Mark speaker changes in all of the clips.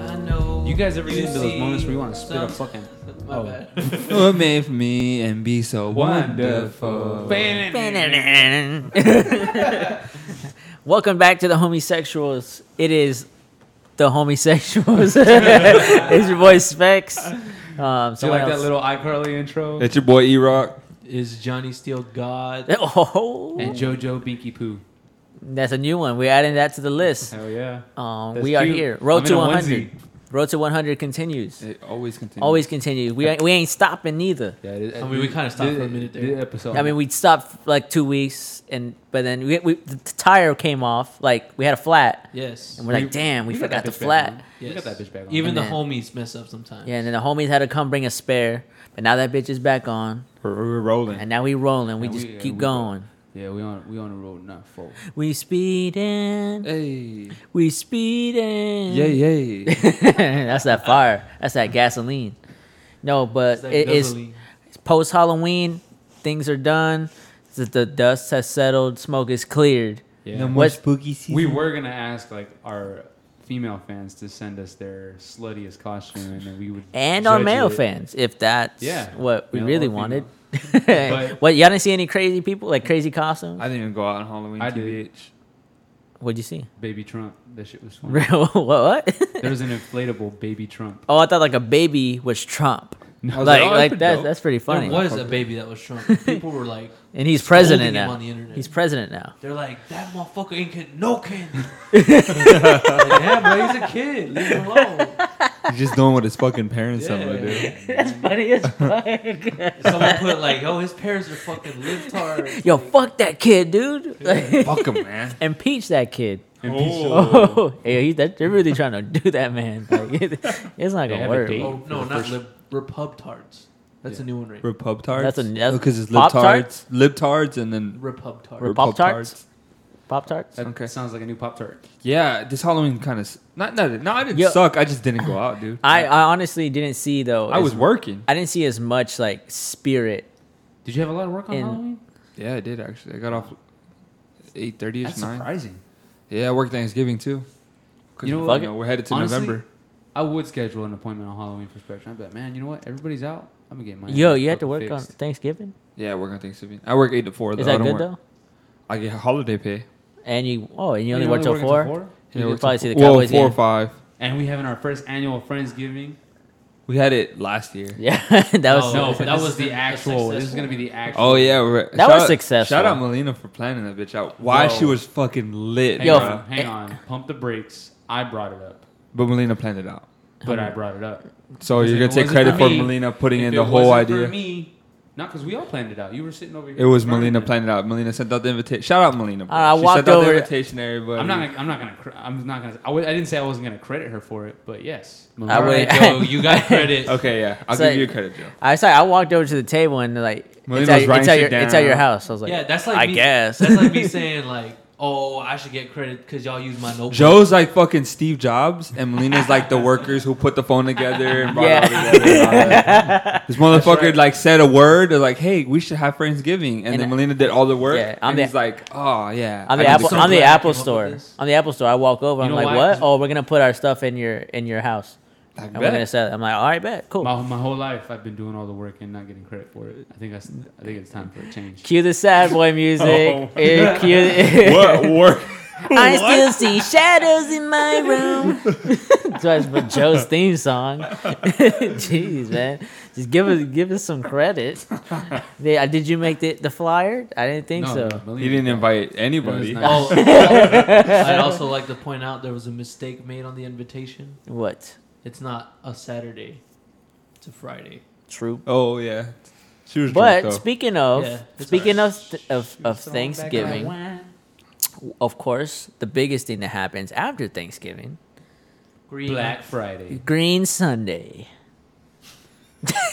Speaker 1: You guys ever
Speaker 2: You
Speaker 1: get into those moments where you want to
Speaker 2: see
Speaker 1: spit a
Speaker 2: some-
Speaker 1: fucking
Speaker 2: My
Speaker 1: Oh.
Speaker 2: bad.
Speaker 3: What made me and be so
Speaker 1: wonderful?
Speaker 3: wonderful?
Speaker 4: Welcome back to the homosexuals. It is the homosexuals. it's your boy Specs. Um,
Speaker 1: So like
Speaker 4: someone
Speaker 1: that
Speaker 4: else-
Speaker 1: little iCarly intro?
Speaker 3: It's your boy E Rock.
Speaker 2: Is Johnny Steel God?
Speaker 4: Oh,
Speaker 1: and JoJo Binky Poo.
Speaker 4: that's a new one. We're adding that to the list.
Speaker 1: Hell yeah.
Speaker 4: Um,
Speaker 1: That's
Speaker 4: we are
Speaker 1: cute.
Speaker 4: here. Road
Speaker 1: I'm
Speaker 4: to
Speaker 1: in a
Speaker 4: 100.
Speaker 1: onesie.
Speaker 4: Road to 100 continues.
Speaker 3: It always continues.
Speaker 4: Always continues. We ain't, we ain't stopping neither.
Speaker 1: Yeah, it-
Speaker 2: I mean, we kinda stopped for a minute there.
Speaker 1: Did episode.
Speaker 4: I mean, we stopped like two weeks, and but then we, we the tire came off. Like we had a flat,
Speaker 2: Yes.
Speaker 4: and we're like, damn, we,
Speaker 1: got
Speaker 4: forgot
Speaker 1: that
Speaker 4: the
Speaker 1: bitch
Speaker 4: flat.
Speaker 1: back on.
Speaker 2: yes.
Speaker 1: We got that bitch back on.
Speaker 2: Even
Speaker 4: And
Speaker 2: the
Speaker 4: then-
Speaker 2: homies mess up sometimes.
Speaker 4: Yeah, and then the homies had to come bring a spare, but now that bitch is back on,
Speaker 3: We're, we're rolling.
Speaker 4: and now we rolling. We
Speaker 1: And
Speaker 4: just
Speaker 1: we-
Speaker 4: keep
Speaker 1: we
Speaker 4: going.
Speaker 1: yeah, we on we on the road not full.
Speaker 4: We speeding,
Speaker 3: Hey.
Speaker 4: we speeding.
Speaker 3: Yay, yay.
Speaker 4: that's that fire. That's that gasoline. No, but
Speaker 2: It's like
Speaker 4: it is
Speaker 2: guzzling.
Speaker 4: post Halloween. Things are done. The, the dust has settled. Smoke is cleared.
Speaker 1: Yeah.
Speaker 4: more
Speaker 3: spooky season.
Speaker 1: we were gonna ask like our female fans to send us their sluttiest costume, and then we would
Speaker 4: and our
Speaker 1: judge
Speaker 4: male
Speaker 1: it.
Speaker 4: fans, if that's
Speaker 1: Yeah,
Speaker 4: what we
Speaker 1: male
Speaker 4: really
Speaker 1: or female.
Speaker 4: wanted.
Speaker 1: But-
Speaker 4: what y'all didn't see any crazy people like crazy costumes?
Speaker 3: I didn't even go out on Halloween.
Speaker 1: I
Speaker 3: too,
Speaker 1: did.
Speaker 3: bitch.
Speaker 4: What'd you see?
Speaker 1: Baby Trump, that shit was funny.
Speaker 4: Real- what? what?
Speaker 1: There was an inflatable baby Trump.
Speaker 4: oh, I thought like a baby was Trump.
Speaker 1: No,
Speaker 4: Like,
Speaker 3: oh, that's
Speaker 4: like
Speaker 3: pretty
Speaker 4: that's
Speaker 3: dope.
Speaker 4: that's pretty funny.
Speaker 2: There was a baby that was Trump. People were like,
Speaker 4: and he's president
Speaker 2: Scolding him
Speaker 4: now.
Speaker 2: on the internet.
Speaker 4: He's president now.
Speaker 2: they're like, that motherfucker ain't getting no candy. Like, yeah, but he's a kid. Leave him alone.
Speaker 3: He's just doing what his fucking parents tell him to do.
Speaker 2: Yeah.
Speaker 4: That's funny as fuck.
Speaker 2: Someone put like, oh, his parents are fucking libtards.
Speaker 4: Yo, fuck that kid, dude. Like,
Speaker 3: Fuck him, man.
Speaker 4: Impeach that kid.
Speaker 1: Oh.
Speaker 4: Oh, hey, he, that, they're really trying to do that, man. Like, it- it's not gonna
Speaker 1: have a
Speaker 4: work.
Speaker 1: date.
Speaker 2: Oh no,
Speaker 1: For the
Speaker 2: not
Speaker 1: first-
Speaker 2: lib- repubtards. That's a new one, right?
Speaker 3: Repub tarts.
Speaker 4: That's a- that's-
Speaker 3: because it's lip
Speaker 4: Pop
Speaker 3: tarts, lip tarts, and then
Speaker 2: Repubtards.
Speaker 4: Rep- Pop Tarts?
Speaker 3: Pop-Tarts.
Speaker 4: Pop tarts.
Speaker 1: That
Speaker 3: Okay.
Speaker 1: sounds like a new Pop Tart.
Speaker 3: Yeah, this Halloween kind of not not no. I didn't
Speaker 4: Yo.
Speaker 3: suck. I just didn't go out, dude.
Speaker 4: I, I honestly didn't see though.
Speaker 3: I
Speaker 4: as-
Speaker 3: was working.
Speaker 4: I didn't see as much like spirit.
Speaker 1: Did you have a lot of work on
Speaker 4: In-
Speaker 1: Halloween?
Speaker 3: Yeah, I did actually. I got off eight thirty ish
Speaker 1: That's
Speaker 3: nine.
Speaker 1: surprising.
Speaker 3: Yeah, I worked Thanksgiving too. 'Cause,
Speaker 1: You know
Speaker 3: you
Speaker 1: what?
Speaker 3: know, we're headed to
Speaker 1: Honestly,
Speaker 3: November.
Speaker 1: I would schedule an appointment on Halloween for Spectrum. I'd be like, man, you know what? Everybody's out. I'm gonna get mine.
Speaker 4: Yo, you had to work
Speaker 1: fucking
Speaker 4: on
Speaker 1: fixed."
Speaker 4: Thanksgiving.
Speaker 3: Yeah, I work on Thanksgiving. I work eight to four. Though.
Speaker 4: Is
Speaker 3: I
Speaker 4: that
Speaker 3: don't
Speaker 4: good
Speaker 3: work-
Speaker 4: though?
Speaker 3: I get holiday pay.
Speaker 4: And you oh, and you only
Speaker 1: You
Speaker 4: worked till
Speaker 1: work
Speaker 4: four.
Speaker 1: until
Speaker 3: Yeah, I
Speaker 4: You
Speaker 3: work
Speaker 4: could
Speaker 3: till
Speaker 4: probably
Speaker 3: four-
Speaker 4: see the
Speaker 3: well,
Speaker 4: Cowboys
Speaker 3: four or
Speaker 4: game.
Speaker 3: five.
Speaker 1: And we having our first annual Friendsgiving. Oh,
Speaker 3: We had it last year.
Speaker 4: Yeah, that was
Speaker 2: No, but this
Speaker 1: No, but that
Speaker 2: is
Speaker 1: was
Speaker 2: the-
Speaker 1: the
Speaker 2: the
Speaker 1: actual. This is
Speaker 2: successful
Speaker 1: gonna be the actual.
Speaker 3: Oh yeah, we're,
Speaker 4: That was successful.
Speaker 3: Shout out Melina for planning that bitch out. Why
Speaker 1: Bro.
Speaker 3: she was fucking lit,
Speaker 1: Hang
Speaker 4: Yo. eh.
Speaker 3: bro.
Speaker 1: on, hang on. Pump the brakes. I brought it up,
Speaker 3: But Melina planned it out.
Speaker 1: but I brought it up.
Speaker 3: So
Speaker 1: If
Speaker 3: you're
Speaker 1: it
Speaker 3: gonna take
Speaker 1: wasn't
Speaker 3: credit for
Speaker 1: me,
Speaker 3: Melina putting
Speaker 1: if
Speaker 3: in
Speaker 1: it
Speaker 3: the whole
Speaker 1: wasn't
Speaker 3: idea.
Speaker 1: For me, not because we all planned it out. You were sitting over here.
Speaker 3: It was
Speaker 1: burning
Speaker 3: Melina
Speaker 1: it.
Speaker 3: planned it out. Melina sent out the invitation. Shout out Melina. bro.
Speaker 4: I
Speaker 3: she
Speaker 4: walked
Speaker 3: sent out
Speaker 4: over-
Speaker 3: the invitation to everybody.
Speaker 1: I'm not. Gonna, I'm not gonna. Cr- I'm not gonna. I, w- I didn't say I wasn't gonna credit her for it, but yes.
Speaker 4: I
Speaker 2: All
Speaker 4: would-
Speaker 2: right, Joe, you got credit.
Speaker 3: Okay, yeah, I'll
Speaker 4: So-
Speaker 3: give you credit, Joe.
Speaker 4: I sorry, I walked over to the table and like
Speaker 3: Melina
Speaker 4: it's at, your-
Speaker 3: was
Speaker 4: it's,
Speaker 3: writing
Speaker 4: at
Speaker 3: shit
Speaker 4: your, it's at
Speaker 3: down.
Speaker 4: your house. I was like,
Speaker 2: Yeah, that's like
Speaker 4: I
Speaker 2: me,
Speaker 4: guess
Speaker 2: that's like me saying like, oh, I should get credit because y'all use my notebook.
Speaker 3: Joe's like fucking Steve Jobs, and Melina's like the workers who put the phone together and brought it all
Speaker 4: Yeah.
Speaker 3: together. and all that. This motherfucker
Speaker 1: right.
Speaker 3: like said a word, they're like, "Hey, we should have Friendsgiving," and,
Speaker 4: And
Speaker 3: then
Speaker 4: I-
Speaker 3: Melina did all the work.
Speaker 4: Yeah, I'm
Speaker 3: and
Speaker 4: the-
Speaker 3: he's like, "Oh yeah."
Speaker 4: I'm
Speaker 3: I
Speaker 4: the
Speaker 3: did
Speaker 4: Apple.
Speaker 3: credit."
Speaker 4: I'm the
Speaker 2: glad I
Speaker 4: Apple
Speaker 2: came up with
Speaker 4: store.
Speaker 2: this.
Speaker 4: I'm the Apple store. I walk over.
Speaker 1: You
Speaker 4: I'm
Speaker 1: know
Speaker 4: like,
Speaker 1: why?
Speaker 4: what?
Speaker 1: 'Cause-
Speaker 4: Oh, we're gonna put our stuff in your in your house.
Speaker 3: I
Speaker 4: And we're
Speaker 3: bet.
Speaker 4: gonna sell. It. I'm like, all right, bet, cool.
Speaker 1: My, my whole life, I've been doing all the work and not getting credit for it. I think that's. I think it's time for a change.
Speaker 4: Cue the sad boy music.
Speaker 3: Oh.
Speaker 4: Eh, cue-
Speaker 3: What work?
Speaker 4: I still see shadows in my room. That's for Joe's theme song. Jeez, man, just give us give us some credit. They- uh, did you make the, the flyer? I didn't think so.
Speaker 1: Melina.
Speaker 3: He didn't invite anybody.
Speaker 1: It was
Speaker 2: Oh, I'd also like to point out there was a mistake made on the invitation.
Speaker 4: What?
Speaker 2: It's not a Saturday; it's a Friday.
Speaker 4: True.
Speaker 3: Oh yeah, she was drunk
Speaker 4: But
Speaker 3: though.
Speaker 4: speaking of
Speaker 2: Yeah, it's
Speaker 4: speaking
Speaker 2: alright.
Speaker 4: of th- of, of Thanksgiving, of course, the biggest thing that happens after Thanksgiving,
Speaker 2: Green.
Speaker 1: Black Friday.
Speaker 4: Green Sunday.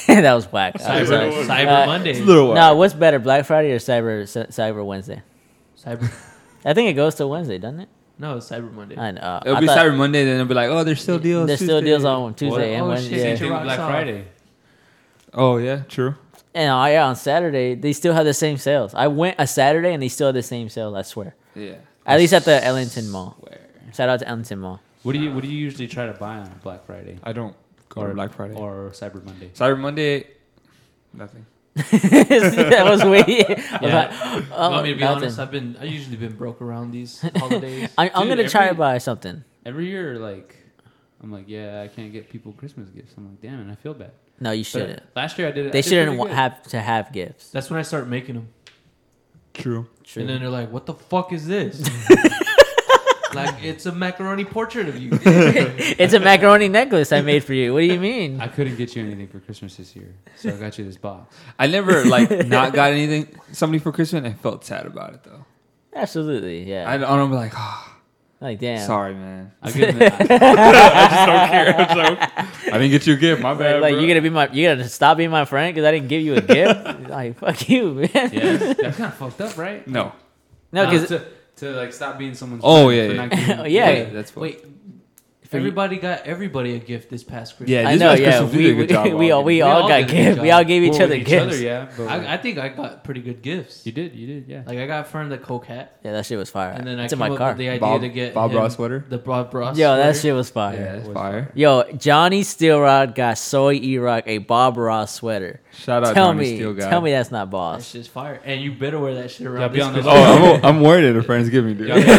Speaker 4: that was whack. I'm sorry.
Speaker 2: Cyber, Cyber
Speaker 4: Uh,
Speaker 2: Monday.
Speaker 3: it's a little
Speaker 4: No, what's better, Black Friday or Cyber Cy- Cyber Wednesday?
Speaker 2: Cyber.
Speaker 4: I think it goes till Wednesday, doesn't it?
Speaker 2: No, it's Cyber Monday.
Speaker 4: I know. uh,
Speaker 3: It'll
Speaker 4: I
Speaker 3: be
Speaker 4: thought
Speaker 3: Cyber Monday, then it'll be like, "Oh, there's still deals."
Speaker 4: There's still
Speaker 3: Tuesday."
Speaker 4: deals on Tuesday
Speaker 2: What?
Speaker 4: and
Speaker 2: Oh, shit,
Speaker 4: Wednesday.
Speaker 2: it's
Speaker 1: Same
Speaker 2: your
Speaker 1: thing with
Speaker 2: rocks
Speaker 1: Black
Speaker 2: off.
Speaker 1: Friday.
Speaker 3: Oh yeah, true.
Speaker 4: And oh, yeah, on Saturday they still have the same sales. I went a Saturday and they still have the same sales. I swear.
Speaker 3: Yeah.
Speaker 4: At least at the Ellington Mall. Shout out to Ellington Mall.
Speaker 1: What do you What do you usually try to buy on Black Friday
Speaker 3: I don't go to Black Friday.
Speaker 1: or Cyber Monday?
Speaker 3: Cyber Monday, nothing.
Speaker 4: that was way. I was
Speaker 2: Yeah.
Speaker 4: like, oh,
Speaker 2: Want me to be
Speaker 4: nothing.
Speaker 2: honest? I've been I usually been broke around these holidays.
Speaker 4: I, I'm
Speaker 1: Dude,
Speaker 4: gonna try to
Speaker 1: every-
Speaker 4: buy something.
Speaker 1: Every year, like, I'm like, yeah, I can't get people Christmas gifts. I'm like, damn, and I feel bad.
Speaker 4: No, you
Speaker 1: But
Speaker 4: shouldn't.
Speaker 1: Last year I did it. I
Speaker 4: They
Speaker 1: did
Speaker 4: shouldn't
Speaker 1: pretty
Speaker 4: wa-
Speaker 1: good.
Speaker 4: have to have gifts.
Speaker 2: That's when I start making them,
Speaker 3: True.
Speaker 4: True.
Speaker 2: and then they're like, "What the fuck is this?" like it's a macaroni portrait of you.
Speaker 4: it's a macaroni necklace I made for you. What do you mean?
Speaker 1: I couldn't get you anything for Christmas this year, so I got you this box.
Speaker 3: I never like not got anything somebody for Christmas. and I felt sad about it though.
Speaker 4: Absolutely, yeah.
Speaker 3: I don't I'm like, oh,
Speaker 4: like damn.
Speaker 3: sorry, man.
Speaker 1: I give them that.
Speaker 3: I didn't get you a gift. My
Speaker 4: Like,
Speaker 3: bad.
Speaker 4: like
Speaker 3: bro.
Speaker 4: you gonna be my you gonna stop being my friend because I didn't give you a gift? like fuck you, man.
Speaker 1: yeah, that's, that's kind of fucked up, right?
Speaker 3: no.
Speaker 4: No,
Speaker 1: Nah,
Speaker 4: because
Speaker 1: to, to like stop being someone's.
Speaker 3: Oh,
Speaker 1: friend
Speaker 3: yeah,
Speaker 1: for
Speaker 3: yeah.
Speaker 1: not giving-
Speaker 4: Oh, yeah.
Speaker 3: Wait, that's what.
Speaker 2: Wait, everybody got everybody a gift this past Christmas.
Speaker 3: Yeah,
Speaker 4: I
Speaker 3: this
Speaker 4: know.
Speaker 3: was
Speaker 4: Yeah,
Speaker 3: Christmas. We
Speaker 4: we
Speaker 3: did a
Speaker 4: we,
Speaker 3: good job,
Speaker 4: we, all
Speaker 3: Augie.
Speaker 4: we
Speaker 2: We
Speaker 4: all
Speaker 2: all
Speaker 4: got
Speaker 2: did a good
Speaker 4: gifts.
Speaker 2: job.
Speaker 4: We all gave each
Speaker 1: Well,
Speaker 4: other
Speaker 1: with
Speaker 4: gifts.
Speaker 1: yeah, but
Speaker 2: I, I think I got pretty good gifts.
Speaker 1: you did, you did, yeah.
Speaker 2: Like I got Fern the coquette,
Speaker 4: Yeah, that shit was fire.
Speaker 2: and then I
Speaker 4: it's
Speaker 2: came
Speaker 4: in my
Speaker 2: up
Speaker 4: car.
Speaker 2: with the idea
Speaker 3: Bob-
Speaker 2: to get
Speaker 3: Bob
Speaker 2: him
Speaker 3: Ross sweater?
Speaker 2: the Bob Ross.
Speaker 4: Yo, that
Speaker 2: sweater.
Speaker 4: shit was fire.
Speaker 3: yeah,
Speaker 1: it
Speaker 3: it's
Speaker 1: was
Speaker 3: fire.
Speaker 4: Yo, Johnny Steelrod got Soy E Rock a Bob Ross sweater.
Speaker 3: Shout out
Speaker 4: tell
Speaker 3: Johnny
Speaker 4: me,
Speaker 3: Steel guy.
Speaker 4: tell me that's not
Speaker 2: That
Speaker 4: boss.
Speaker 2: shit's fire, and you better wear that shit around.
Speaker 1: Yeah, be
Speaker 2: this
Speaker 1: on the
Speaker 2: Christmas.
Speaker 3: Oh, I'm, I'm worried at a Friendsgiving, dude.
Speaker 1: Y'all be,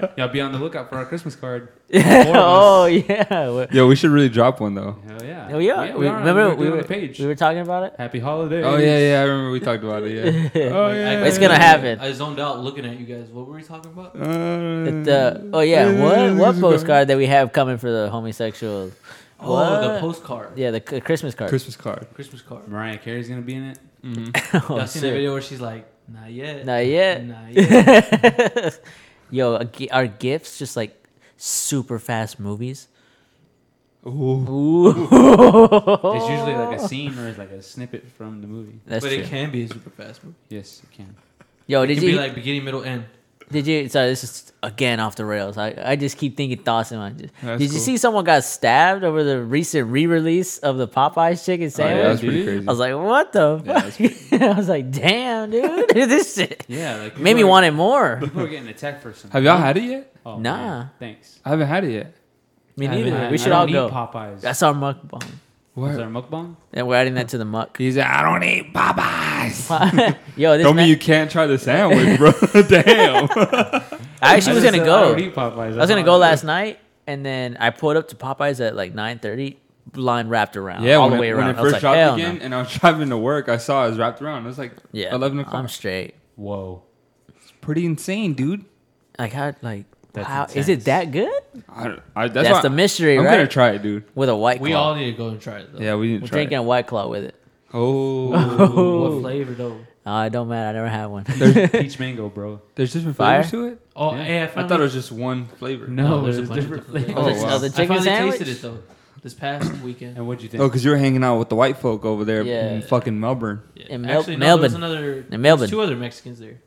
Speaker 1: on, y'all be on the lookout for our Christmas card.
Speaker 4: oh yeah. We-
Speaker 3: Yo, we should really drop one though.
Speaker 1: Hell yeah.
Speaker 4: Oh yeah,
Speaker 1: we,
Speaker 4: we,
Speaker 1: are.
Speaker 4: remember
Speaker 1: we're
Speaker 4: we
Speaker 1: on
Speaker 4: were,
Speaker 1: the page.
Speaker 4: we were talking about it.
Speaker 1: Happy holidays.
Speaker 3: Oh yeah, yeah. I remember we talked about it. Yeah. oh yeah.
Speaker 4: It's gonna happen.
Speaker 2: I zoned out looking at you guys. What were we talking about?
Speaker 3: Uh,
Speaker 4: The- oh yeah, what what postcard that we have coming for the homosexuals?
Speaker 2: Oh, the
Speaker 4: What?
Speaker 2: postcard,
Speaker 4: Yeah, the c- Christmas card.
Speaker 3: Christmas card.
Speaker 2: Christmas card.
Speaker 1: Mariah Carey's gonna be in it.
Speaker 4: Oh,
Speaker 2: Y'all
Speaker 4: shit.
Speaker 2: seen the video where she's like, "Not yet,
Speaker 4: Not yet.
Speaker 2: not yet."
Speaker 4: Yo, a gi- are gifts just like super fast movies?
Speaker 3: Ooh.
Speaker 4: Ooh,
Speaker 1: It's usually like
Speaker 4: Oh.
Speaker 1: a scene or it's like a snippet from the movie.
Speaker 4: that's
Speaker 2: but
Speaker 4: true.
Speaker 2: it can be a super fast movie.
Speaker 1: Yes, it can.
Speaker 4: Yo,
Speaker 2: It
Speaker 4: did
Speaker 2: can be
Speaker 4: you
Speaker 2: like beginning, middle, end.
Speaker 4: did you? Sorry, this is again off the rails. I, I just keep thinking thoughts in my. Did
Speaker 3: That's
Speaker 4: you
Speaker 3: cool.
Speaker 4: see someone got stabbed over the recent re-release of the Popeyes chicken
Speaker 3: Oh, yeah,
Speaker 4: sandwich?
Speaker 3: that was pretty
Speaker 1: dude.
Speaker 3: crazy.
Speaker 4: I was like, what the
Speaker 3: Yeah, that's
Speaker 4: fuck? I was like, damn, dude, this shit
Speaker 1: Yeah, like
Speaker 4: made me
Speaker 1: people are-
Speaker 4: want it more.
Speaker 1: People are getting attacked for some.
Speaker 3: Have y'all had it yet?
Speaker 1: Oh,
Speaker 4: Nah.
Speaker 1: man, thanks.
Speaker 3: I haven't had it yet.
Speaker 4: Me
Speaker 1: I
Speaker 4: neither.
Speaker 1: haven't-
Speaker 4: We
Speaker 1: I
Speaker 4: should
Speaker 1: don't
Speaker 4: all
Speaker 1: eat
Speaker 4: go.
Speaker 1: Popeyes.
Speaker 4: That's our mukbang,
Speaker 1: Is
Speaker 3: What?
Speaker 1: there a mukbang?
Speaker 4: and we're adding that to the muck.
Speaker 3: He's like, I don't eat Popeyes.
Speaker 4: Yo, this
Speaker 3: Don't mean
Speaker 4: man,
Speaker 3: you can't try the sandwich, bro. Damn.
Speaker 4: I actually was
Speaker 1: just
Speaker 4: gonna
Speaker 1: said I
Speaker 4: go.
Speaker 1: don't eat Popeyes.
Speaker 4: I was gonna go last night, and then I pulled up to Popeyes at like nine thirty. Line wrapped around,
Speaker 3: Yeah,
Speaker 4: all
Speaker 3: when,
Speaker 4: the way
Speaker 3: it,
Speaker 4: around.
Speaker 3: when it
Speaker 4: I was
Speaker 3: first
Speaker 4: like,
Speaker 3: dropped
Speaker 4: hell
Speaker 3: again,
Speaker 4: no.
Speaker 3: and I was driving to work, I saw it was wrapped around. It was like
Speaker 4: Yeah,
Speaker 3: 11 o'clock.
Speaker 4: I'm straight.
Speaker 1: Whoa.
Speaker 3: pretty insane, dude.
Speaker 4: Like how? Like
Speaker 1: That's
Speaker 4: how? Is
Speaker 1: intense.
Speaker 4: it that good?
Speaker 3: I, I, that's
Speaker 4: That's,
Speaker 3: why
Speaker 4: the mystery,
Speaker 3: I'm
Speaker 4: right?
Speaker 3: gonna try it, dude.
Speaker 4: With a white claw.
Speaker 2: We all need to go and try it though.
Speaker 3: Yeah, we didn't
Speaker 4: We're
Speaker 3: try.
Speaker 4: drinking
Speaker 3: It.
Speaker 4: a white claw with it.
Speaker 3: Oh,
Speaker 2: What flavor though?
Speaker 4: Oh, it don't matter. I never had one.
Speaker 1: Peach mango, bro.
Speaker 3: there's different
Speaker 4: Fire?
Speaker 3: flavors to it.
Speaker 2: Oh,
Speaker 1: Yeah.
Speaker 2: hey, I,
Speaker 3: I
Speaker 2: found
Speaker 3: thought it was just one flavor.
Speaker 1: No,
Speaker 2: there's
Speaker 1: there's,
Speaker 2: a bunch of
Speaker 1: different
Speaker 2: different
Speaker 1: flavors.
Speaker 4: Oh,
Speaker 3: Oh, wow.
Speaker 4: wow. the
Speaker 2: I
Speaker 4: chicken
Speaker 2: finally
Speaker 4: sandwich.
Speaker 2: tasted it though this past weekend.
Speaker 1: And what'd you think?
Speaker 3: Oh, because you were hanging out with the white folk over there
Speaker 4: Yeah.
Speaker 3: in fucking Melbourne.
Speaker 2: Yeah.
Speaker 4: In Mel-
Speaker 2: Actually, no, there was
Speaker 4: Melbourne.
Speaker 2: another. there was
Speaker 4: Melbourne.
Speaker 2: two other Mexicans there.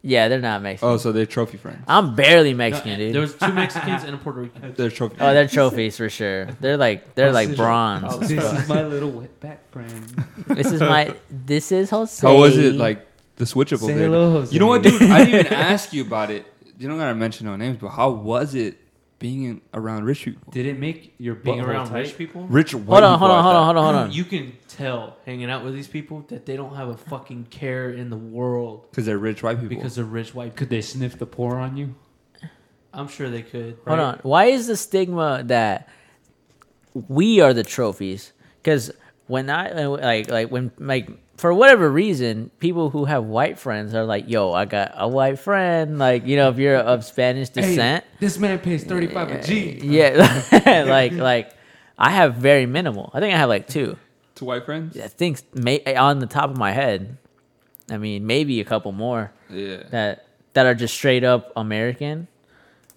Speaker 4: Yeah, they're not Mexican.
Speaker 3: Oh, so they're trophy friends.
Speaker 4: I'm barely Mexican,
Speaker 2: No,
Speaker 4: dude.
Speaker 2: There was two Mexicans and a Puerto Rican.
Speaker 3: They're trophy.
Speaker 4: oh, they're trophies for sure. They're like they're like
Speaker 1: Oh,
Speaker 4: bronze.
Speaker 1: this is my little wetback friend.
Speaker 4: this is my this is Jose.
Speaker 3: How was it like the switch up over
Speaker 1: Say
Speaker 3: there?
Speaker 1: hello,
Speaker 3: dude?
Speaker 1: Jose.
Speaker 3: You know what, dude? I didn't even ask you about it. You don't gotta mention no names, but how was it being in, around rich people?
Speaker 1: Did it make your
Speaker 2: Being
Speaker 1: butthole
Speaker 2: around
Speaker 1: tight?
Speaker 2: rich people,
Speaker 3: Rich white
Speaker 4: Hold on,
Speaker 3: people
Speaker 4: hold on,
Speaker 3: at
Speaker 4: hold
Speaker 3: that.
Speaker 4: on, hold on, hold on.
Speaker 2: you can tell hanging out with these people that they don't have a fucking care in the world
Speaker 3: Because they're rich white people.
Speaker 2: because they're rich white. people.
Speaker 1: Could they sniff the pour on you?
Speaker 2: I'm sure they could.
Speaker 4: Hold on. Why is the stigma that we are the trophies? Because when I uh, like like when like for whatever reason, people who have white friends are like, "Yo, I got a white friend." Like you know, if you're of Spanish descent,
Speaker 1: this man pays thirty-five a G.
Speaker 4: yeah, like like I have very minimal. I think I have like two.
Speaker 3: Two white friends?
Speaker 4: I think may, on the top of my head, I mean maybe a couple more
Speaker 3: Yeah.
Speaker 4: that that are just straight up American,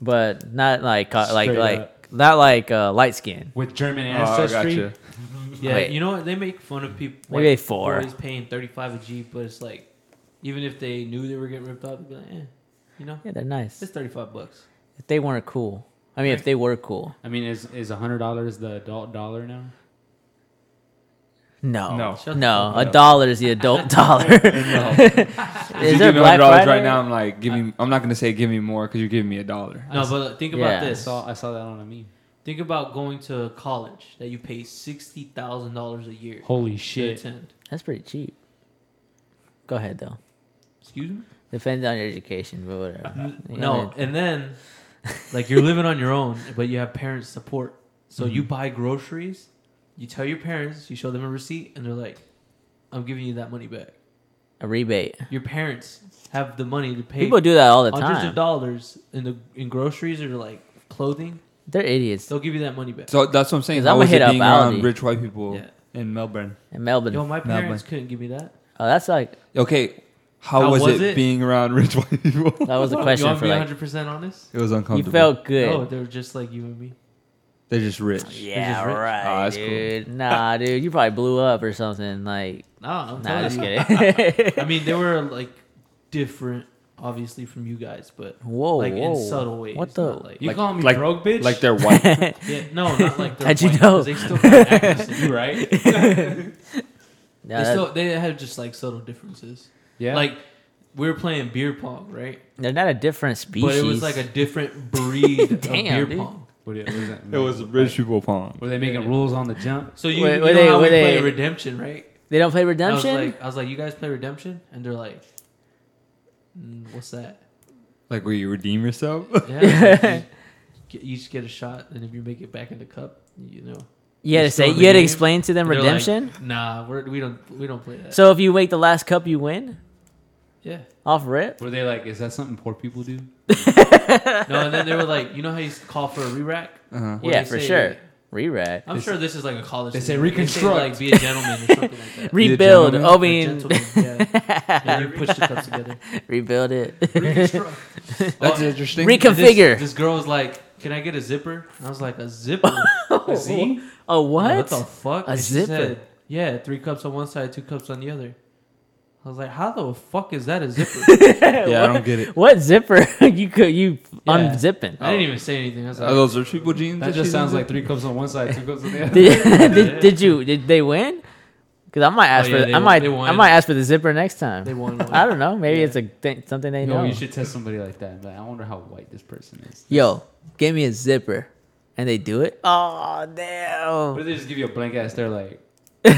Speaker 4: but not like uh, like
Speaker 1: Straight
Speaker 4: like
Speaker 1: up.
Speaker 4: not like uh, light skin.
Speaker 1: With German
Speaker 3: Oh, I
Speaker 1: ancestry.
Speaker 3: gotcha.
Speaker 2: Yeah,
Speaker 4: Wait.
Speaker 2: you know what? They make fun of people.
Speaker 4: Maybe four.
Speaker 2: Always paying 35 a G, but it's like, even if they knew they were getting ripped off, they'd be like, eh, you know,
Speaker 4: Yeah, they're nice.
Speaker 2: it's 35 bucks.
Speaker 4: If they weren't cool, I mean, if they were cool,
Speaker 1: I mean, is is hundred dollars the adult dollar now?
Speaker 4: No,
Speaker 3: No.
Speaker 4: no,
Speaker 2: Shut
Speaker 4: no.
Speaker 2: the
Speaker 4: A
Speaker 2: fuck up.
Speaker 4: dollar is the adult dollar.
Speaker 3: if you
Speaker 4: Is there
Speaker 3: give me
Speaker 4: Black
Speaker 3: dollars
Speaker 4: Friday?
Speaker 3: right now, I'm like, give me. I'm not gonna say give me more because you're giving me a dollar.
Speaker 2: No, but think
Speaker 4: Yeah.
Speaker 2: about
Speaker 1: I
Speaker 2: this.
Speaker 1: saw I saw that on a meme.
Speaker 2: Think about going to college that you pay sixty thousand dollars a year
Speaker 1: Holy
Speaker 2: to
Speaker 1: shit!
Speaker 2: attend.
Speaker 4: That's pretty cheap. Go ahead though.
Speaker 2: Excuse me.
Speaker 4: Depends on your education, but whatever. You
Speaker 2: No,
Speaker 4: wanna-
Speaker 2: and then like you're living on your own, but you have parents support. So you buy groceries, you tell your parents, you show them a receipt, and they're like, "I'm giving you that money back."
Speaker 4: a rebate.
Speaker 2: Your parents have the money to pay
Speaker 4: People do that all the
Speaker 2: hundreds of
Speaker 4: time.
Speaker 2: dollars in the in groceries or like clothing.
Speaker 4: They're idiots.
Speaker 2: They'll give you that money back.
Speaker 3: So that's what I'm saying.
Speaker 4: 'Cause I'ma
Speaker 3: How is
Speaker 4: hit
Speaker 3: it
Speaker 4: up
Speaker 3: being around
Speaker 4: Aldi.
Speaker 3: rich white people
Speaker 2: Yeah.
Speaker 3: in Melbourne?
Speaker 4: In Melbourne.
Speaker 2: Yo, my
Speaker 3: No,
Speaker 2: parents couldn't give me that.
Speaker 4: oh, that's like
Speaker 3: Okay, how, was, it, being around rich white people?
Speaker 4: that was a
Speaker 2: you
Speaker 4: question
Speaker 2: want to
Speaker 4: for
Speaker 2: be
Speaker 4: like.
Speaker 2: 100 percent honest?
Speaker 3: It was
Speaker 4: You
Speaker 3: uncomfortable.
Speaker 4: felt good.
Speaker 2: No, they were just like you and me.
Speaker 3: They're just rich.
Speaker 4: yeah,
Speaker 2: just rich.
Speaker 4: right,
Speaker 3: Oh, that's cool.
Speaker 4: dude. Nah, dude, you probably blew up or something. Like,
Speaker 2: Nah, I'm
Speaker 4: nah,
Speaker 2: telling
Speaker 4: just
Speaker 2: you.
Speaker 4: kidding.
Speaker 2: I mean, they were like different, obviously from you guys, but
Speaker 4: whoa,
Speaker 2: like
Speaker 4: Oh, whoa.
Speaker 2: in subtle ways.
Speaker 4: What the?
Speaker 2: not Like,
Speaker 1: You
Speaker 3: Like-
Speaker 1: calling me
Speaker 3: like-
Speaker 1: broke, bitch?
Speaker 3: Like they're white.
Speaker 2: yeah, no, not like they're
Speaker 4: How'd you
Speaker 2: white, 'cause
Speaker 4: know?
Speaker 2: They still got access.
Speaker 1: you right?
Speaker 4: Yeah,
Speaker 2: They
Speaker 4: that-
Speaker 2: still they had just like subtle differences.
Speaker 1: Yeah.
Speaker 2: Like we were playing beer pong, right?
Speaker 4: they're not a different species.
Speaker 2: But it was like a different breed of
Speaker 4: Damn,
Speaker 2: beer
Speaker 4: dude.
Speaker 2: pong.
Speaker 1: what, do you- what does that
Speaker 3: it
Speaker 1: mean?
Speaker 3: was rich people pong.
Speaker 1: Were they making rules on the jump?
Speaker 2: So you,
Speaker 4: Wait,
Speaker 2: you
Speaker 4: were
Speaker 2: know
Speaker 4: they-
Speaker 2: how
Speaker 4: were
Speaker 2: we
Speaker 4: they-
Speaker 2: play Redemption, right?
Speaker 4: they don't play
Speaker 2: And I was
Speaker 4: redemption.
Speaker 2: like, I was like, you guys play Redemption, and they're like, "Mm, what's that?
Speaker 3: Like, will you redeem yourself?
Speaker 2: Yeah, you get- each get a shot, and if you make it back in the cup, you know.
Speaker 4: you had
Speaker 2: you
Speaker 4: to say
Speaker 2: still in the
Speaker 4: you had to
Speaker 2: game?
Speaker 4: explain to them
Speaker 2: And they're like,
Speaker 4: redemption.
Speaker 2: nah, we're, we don't we don't play that.
Speaker 4: so if you wait the last cup, you win
Speaker 2: yeah.
Speaker 4: off rip.
Speaker 1: Were they like, is that something poor people do?
Speaker 2: No, and then they were like, you know how you call for a re-rack?
Speaker 3: Uh-huh.
Speaker 2: What do
Speaker 4: yeah,
Speaker 2: they
Speaker 4: for
Speaker 2: say?
Speaker 4: sure. Re-rack.
Speaker 2: I'm sure this is like a college.
Speaker 1: they
Speaker 2: thing.
Speaker 1: say
Speaker 2: like be a gentleman or something like that.
Speaker 4: Rebuild.
Speaker 3: gentleman?
Speaker 4: Oh, I
Speaker 2: Or
Speaker 4: mean,
Speaker 2: gentleman, yeah. yeah, you push the cups together.
Speaker 4: rebuild it.
Speaker 2: Reconstruct.
Speaker 3: That's
Speaker 2: Oh,
Speaker 3: interesting.
Speaker 2: And this-
Speaker 4: Reconfigure.
Speaker 2: This, girl was like, "Can I get a zipper?" And I was like, "A zipper? a Z?
Speaker 4: oh what?
Speaker 2: What the fuck?"
Speaker 4: A
Speaker 2: And she
Speaker 4: zipper.
Speaker 2: said, yeah, three cups on one side, two cups on the other. I was like, "How the fuck is that a zipper?"
Speaker 3: yeah, I don't get it.
Speaker 4: what zipper? you could you
Speaker 2: Yeah. Uh,
Speaker 4: unzipping?
Speaker 2: I didn't even say anything. I was
Speaker 4: Oh.
Speaker 3: Are
Speaker 2: like,
Speaker 3: those rich people jeans?
Speaker 1: That just
Speaker 3: she's
Speaker 1: sounds
Speaker 3: in?
Speaker 1: like three cups on one side, two cups on the other.
Speaker 4: did, did, did you did they win? Because I might ask
Speaker 2: Oh, yeah,
Speaker 4: for
Speaker 2: they
Speaker 4: I
Speaker 2: won-
Speaker 4: might
Speaker 2: they won.
Speaker 4: I might ask for the zipper next time.
Speaker 2: "They won."
Speaker 4: I don't know. Maybe
Speaker 2: Yeah.
Speaker 4: it's a th- something they
Speaker 1: Yo,
Speaker 4: know.
Speaker 1: you should test somebody like that. Like, I wonder how white this person is.
Speaker 4: Yo, give me a zipper, and they do it. Oh
Speaker 1: What
Speaker 4: damn!
Speaker 1: if they just give you a blank ass? They're like,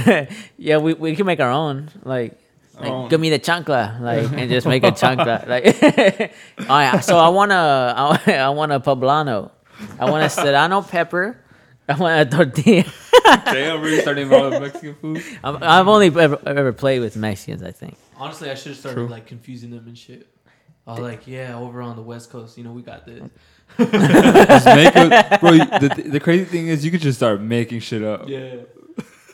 Speaker 4: yeah, we, we can make our own. Like, like
Speaker 3: Own.
Speaker 4: give me the chancla, like, and just make a chancla. Like, all right. So I want to I, I want a poblano. I want a serrano pepper. I want a tortilla.
Speaker 3: Damn, we're starting all the Mexican food.
Speaker 4: I'm, I've only ever, ever played with Mexicans, I think.
Speaker 2: Honestly, I should have started like confusing them and shit. I was like, "Yeah, over on the West Coast, you know, we got this."
Speaker 3: Just make a, bro, you- the, the crazy thing is, you could just start making shit up.
Speaker 2: Yeah.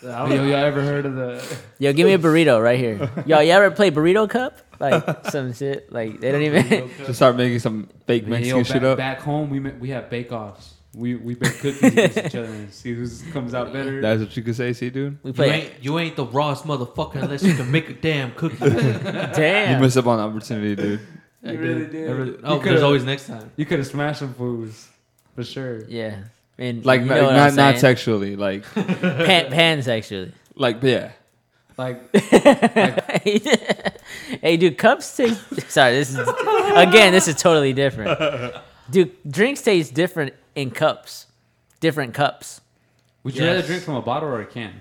Speaker 2: I
Speaker 1: yo,
Speaker 2: was-
Speaker 1: y'all ever heard of the?
Speaker 4: Yo, give me a burrito right here. Yo, you ever play burrito cup? Like some shit. Like they don't even.
Speaker 3: Just start making some fake
Speaker 1: Yo,
Speaker 3: Mexican
Speaker 1: back,
Speaker 3: shit up.
Speaker 1: back home, we ma- we have bake offs. We we bake cookies against each other and see who comes out better.
Speaker 3: That's what you could say, see, dude.
Speaker 4: We
Speaker 2: You
Speaker 4: play.
Speaker 2: ain't, you ain't the rawest motherfucker unless you can make a damn cookie.
Speaker 3: You
Speaker 4: Damn.
Speaker 3: missed up on opportunity, dude.
Speaker 1: You really did.
Speaker 2: I really-
Speaker 1: You
Speaker 2: oh, there's
Speaker 1: could've-
Speaker 2: always next time.
Speaker 1: you could have smashed some fools for sure.
Speaker 4: Yeah. And
Speaker 3: Like,
Speaker 4: you
Speaker 3: not
Speaker 4: know what
Speaker 3: not,
Speaker 4: I'm
Speaker 3: not
Speaker 4: saying.
Speaker 3: sexually, like,
Speaker 4: pan, pansexually.
Speaker 3: like, yeah.
Speaker 1: Like
Speaker 4: hey, dude, cups taste. Sorry, this is again. This is totally different. Dude, drinks taste different in cups. Different cups.
Speaker 1: Would you
Speaker 2: Yes.
Speaker 1: rather drink from a bottle or a can?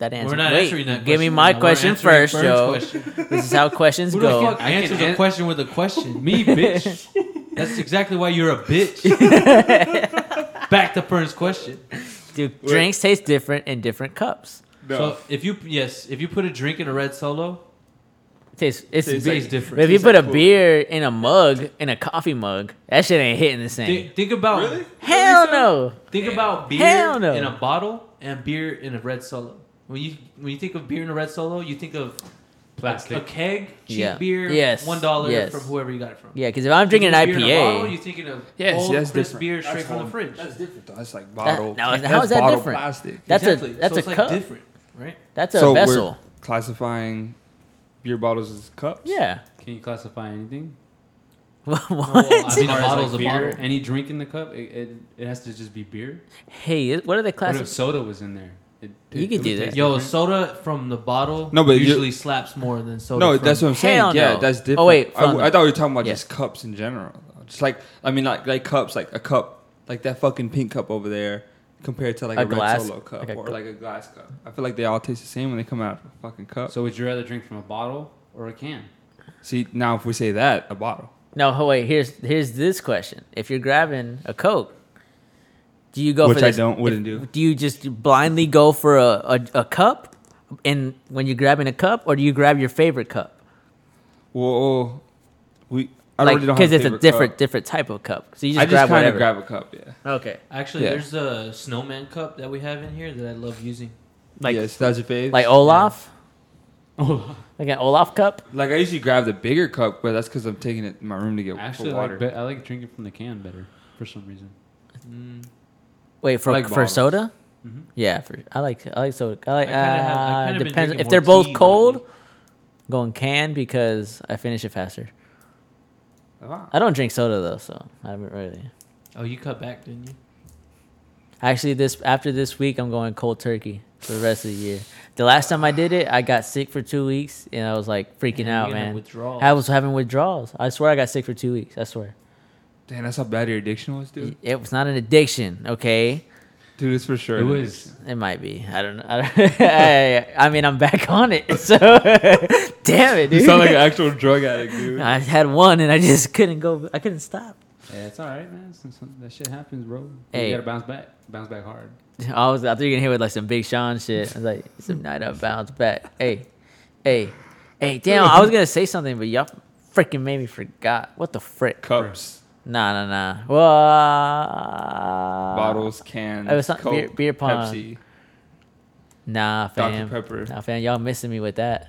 Speaker 4: That answer.
Speaker 2: We're not
Speaker 4: Wait,
Speaker 2: answering that.
Speaker 4: Give me
Speaker 2: question.
Speaker 4: my
Speaker 2: We're
Speaker 4: question
Speaker 2: answering
Speaker 4: first,
Speaker 2: Bern's
Speaker 4: Joe.
Speaker 2: question.
Speaker 4: This is how questions
Speaker 2: Who the
Speaker 4: go.
Speaker 2: fuck
Speaker 1: I
Speaker 2: answers
Speaker 1: can
Speaker 2: a
Speaker 1: an-
Speaker 2: question with a question?
Speaker 1: Me, bitch.
Speaker 2: That's exactly why you're a bitch. Back to Fern's question.
Speaker 4: Dude, drinks taste different in different cups.
Speaker 2: So if you yes, if you put a drink in a red solo,
Speaker 4: Tastes it's
Speaker 2: Tastes
Speaker 4: big-
Speaker 2: like- different.
Speaker 4: But if you
Speaker 2: Tastes
Speaker 4: put a
Speaker 2: like food.
Speaker 4: beer in a mug, in a coffee mug, that shit ain't hitting the same.
Speaker 2: think, think about
Speaker 4: Hell no.
Speaker 2: think about beer
Speaker 4: Hell no.
Speaker 2: in a bottle and beer in a red solo. When you when you think of beer in a red solo, you think of a
Speaker 1: Plastic.
Speaker 2: keg, cheap
Speaker 4: Yeah.
Speaker 2: beer,
Speaker 4: Yes.
Speaker 2: one dollar
Speaker 4: Yes.
Speaker 2: from whoever you got it from.
Speaker 4: Yeah, because if I'm drinking an
Speaker 2: Beer in a bottle,
Speaker 4: IPA,
Speaker 2: you're thinking of
Speaker 3: Yes,
Speaker 2: old
Speaker 3: that's
Speaker 2: crisp
Speaker 3: different.
Speaker 2: beer straight from the fridge.
Speaker 3: That's different, though. That's like
Speaker 4: bottle-
Speaker 3: bottle.
Speaker 4: now, that's how is that bottle different?
Speaker 3: Plastic.
Speaker 4: that's
Speaker 2: exactly.
Speaker 4: a that's a
Speaker 2: so it's
Speaker 4: cup.
Speaker 2: Like different, right?
Speaker 4: that's a
Speaker 3: so
Speaker 4: vessel.
Speaker 3: we're classifying beer bottles as cups.
Speaker 4: Yeah.
Speaker 1: Can you classify anything?
Speaker 4: what?
Speaker 1: As
Speaker 2: Oh, I mean, a
Speaker 1: far as,
Speaker 2: bottle's
Speaker 1: like,
Speaker 2: a
Speaker 1: beer,
Speaker 2: bottle.
Speaker 1: Any drink in the cup, it, it, it has to just be beer.
Speaker 4: hey, what are the
Speaker 1: What if
Speaker 4: classic?
Speaker 1: soda was in there? It,
Speaker 4: You could
Speaker 1: would
Speaker 4: do that.
Speaker 1: taste
Speaker 2: Yo,
Speaker 1: different.
Speaker 2: soda from the bottle
Speaker 3: No, but you-
Speaker 2: usually slaps more than soda.
Speaker 3: No,
Speaker 2: from-
Speaker 3: that's what I'm saying.
Speaker 4: Oh, Hell
Speaker 3: Yeah,
Speaker 4: no.
Speaker 3: that's
Speaker 4: Oh,
Speaker 3: different.
Speaker 4: wait,
Speaker 3: I, w-
Speaker 4: from-
Speaker 3: I thought we were talking about
Speaker 4: Yeah.
Speaker 3: just cups in general. Just like I mean, like like cups, like a cup, like that fucking pink cup over there, compared to like
Speaker 4: A
Speaker 3: a,
Speaker 4: glass-
Speaker 3: red solo cup
Speaker 4: like a
Speaker 3: or
Speaker 4: gl-
Speaker 3: like a glass cup. I feel like they all taste the same when they come out of a fucking cup.
Speaker 1: So would you rather drink from a bottle or a can?
Speaker 3: See, now if we say that, a bottle.
Speaker 4: No, ho- wait. Here's here's this question: If you're grabbing a Coke, do you go
Speaker 3: Which
Speaker 4: for
Speaker 3: I
Speaker 4: this-
Speaker 3: don't-
Speaker 4: if-
Speaker 3: wouldn't do.
Speaker 4: Do you just blindly go for a, a, a cup, and when you're grabbing a cup, or do you grab your favorite cup?
Speaker 3: Whoa, we. I
Speaker 4: like
Speaker 3: really don't have
Speaker 4: it's a
Speaker 3: favorite
Speaker 4: different
Speaker 3: cup.
Speaker 4: different type of cup. So you just
Speaker 3: I
Speaker 4: grab
Speaker 3: just kind
Speaker 4: whatever.
Speaker 3: of grab a cup, yeah.
Speaker 4: okay,
Speaker 2: Actually,
Speaker 3: Yeah.
Speaker 2: there's a snowman cup that we have in here that I love using.
Speaker 4: like
Speaker 3: yes, that's your fave.
Speaker 4: like oh. Olaf, like an Olaf cup.
Speaker 3: Like I usually grab the bigger cup, but that's because I'm taking it in my room to get
Speaker 1: Actually,
Speaker 3: for
Speaker 1: I
Speaker 3: water.
Speaker 1: like, be- I like drinking from the can better for some reason.
Speaker 2: Mm,
Speaker 4: Wait for
Speaker 3: Like
Speaker 4: for
Speaker 3: bottles.
Speaker 4: soda. Mm-hmm.
Speaker 1: Mhm.
Speaker 4: Yeah, for I like I like soda. I like.
Speaker 2: I kinda have- I've
Speaker 4: uh,
Speaker 2: kinda been
Speaker 4: depends
Speaker 2: drinking
Speaker 4: if
Speaker 2: more
Speaker 4: they're both
Speaker 2: tea
Speaker 4: cold.
Speaker 2: lately.
Speaker 4: Going can because I finish it faster.
Speaker 3: Ah.
Speaker 4: I don't drink soda though, so I haven't really.
Speaker 2: Oh, you cut back, didn't you?
Speaker 4: Actually, this after this week, I'm going cold turkey for the rest of the year. The last time I did it, I got sick for two weeks, and I was like freaking
Speaker 2: You're
Speaker 4: out,
Speaker 2: gonna
Speaker 4: man.
Speaker 2: Withdrawal.
Speaker 4: I was having withdrawals. I swear, I got sick for two weeks. I swear,
Speaker 3: Damn, that's how bad your addiction was, dude.
Speaker 4: it, it was not an addiction. Okay,
Speaker 3: Dude, it's for sure.
Speaker 1: It
Speaker 3: an
Speaker 1: was.
Speaker 4: it might be. I don't know. I, don't- I, I mean, I'm back on it. So, damn it,
Speaker 3: addiction. You
Speaker 4: dude.
Speaker 3: sound like an actual drug addict, dude.
Speaker 4: I had one, and I just couldn't go. I couldn't stop.
Speaker 1: Yeah, it's all right, man. Some- some- that shit happens, bro.
Speaker 4: Hey.
Speaker 1: You gotta bounce back, bounce back hard.
Speaker 4: I was. I thought you were gonna hit with like some Big Sean shit. I was like, some night out bounce back. Hey, hey, hey. Damn, I was gonna say something, but y'all freaking made me forgot. What the frick?
Speaker 3: Cups,
Speaker 4: Nah, nah, nah. Well, uh,
Speaker 3: bottles, cans,
Speaker 4: it was not-
Speaker 3: Coke,
Speaker 4: beer- beer pong.
Speaker 3: Pepsi.
Speaker 4: Nah,
Speaker 3: Dr.
Speaker 4: fam.
Speaker 3: Pepper.
Speaker 4: Nah, fam. Y'all missing me with that.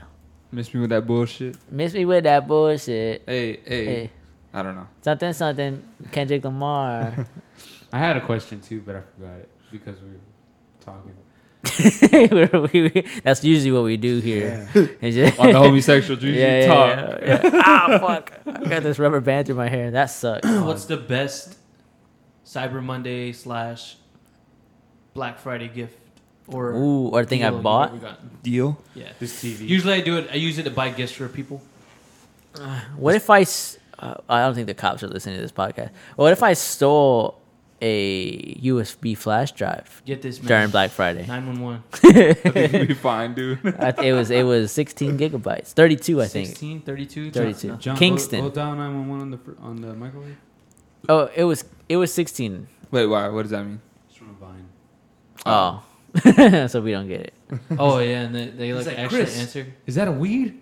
Speaker 3: Miss me with that bullshit.
Speaker 4: Miss me with that bullshit.
Speaker 3: Hey, hey,
Speaker 4: Hey,
Speaker 3: I don't know.
Speaker 4: something, something. Kendrick Lamar.
Speaker 1: I had a question too, but I forgot it because we were talking.
Speaker 4: We're- we- we- that's usually what we do here. It's just-
Speaker 3: On the homosexual juice,
Speaker 4: yeah,
Speaker 3: you
Speaker 4: yeah,
Speaker 3: talk.
Speaker 4: yeah, yeah. ah, fuck. I got this rubber band through my hair. That sucks.
Speaker 2: What's the best Cyber Monday slash Black Friday gift or
Speaker 4: Ooh, or thing I
Speaker 2: deal you
Speaker 4: bought.
Speaker 2: ever gotten?
Speaker 3: Deal.
Speaker 2: Yeah.
Speaker 1: This TV.
Speaker 2: Usually I do it. I use it to buy gifts for people.
Speaker 4: What if I? s- Uh, I don't think the cops are listening to this podcast. What if I stole a USB flash drive
Speaker 2: Get this man.
Speaker 4: during Black Friday?
Speaker 2: Nine one one.
Speaker 3: I think you'll be fine, dude.
Speaker 4: I th- it was it was 16 gigabytes, 32 I think.
Speaker 2: 16, 32,
Speaker 4: 32.
Speaker 2: no.
Speaker 1: John,
Speaker 4: Kingston.
Speaker 1: Hold, hold down 911 on the fr- on the microwave.
Speaker 4: Oh, it was it was 16.
Speaker 3: Wait, why? What does that mean?
Speaker 1: It's from a vine.
Speaker 4: Oh, so we don't get it.
Speaker 2: Oh yeah, and they, they like,
Speaker 1: like,
Speaker 2: actually
Speaker 1: "Chris."
Speaker 2: answer.
Speaker 1: Is that a weed?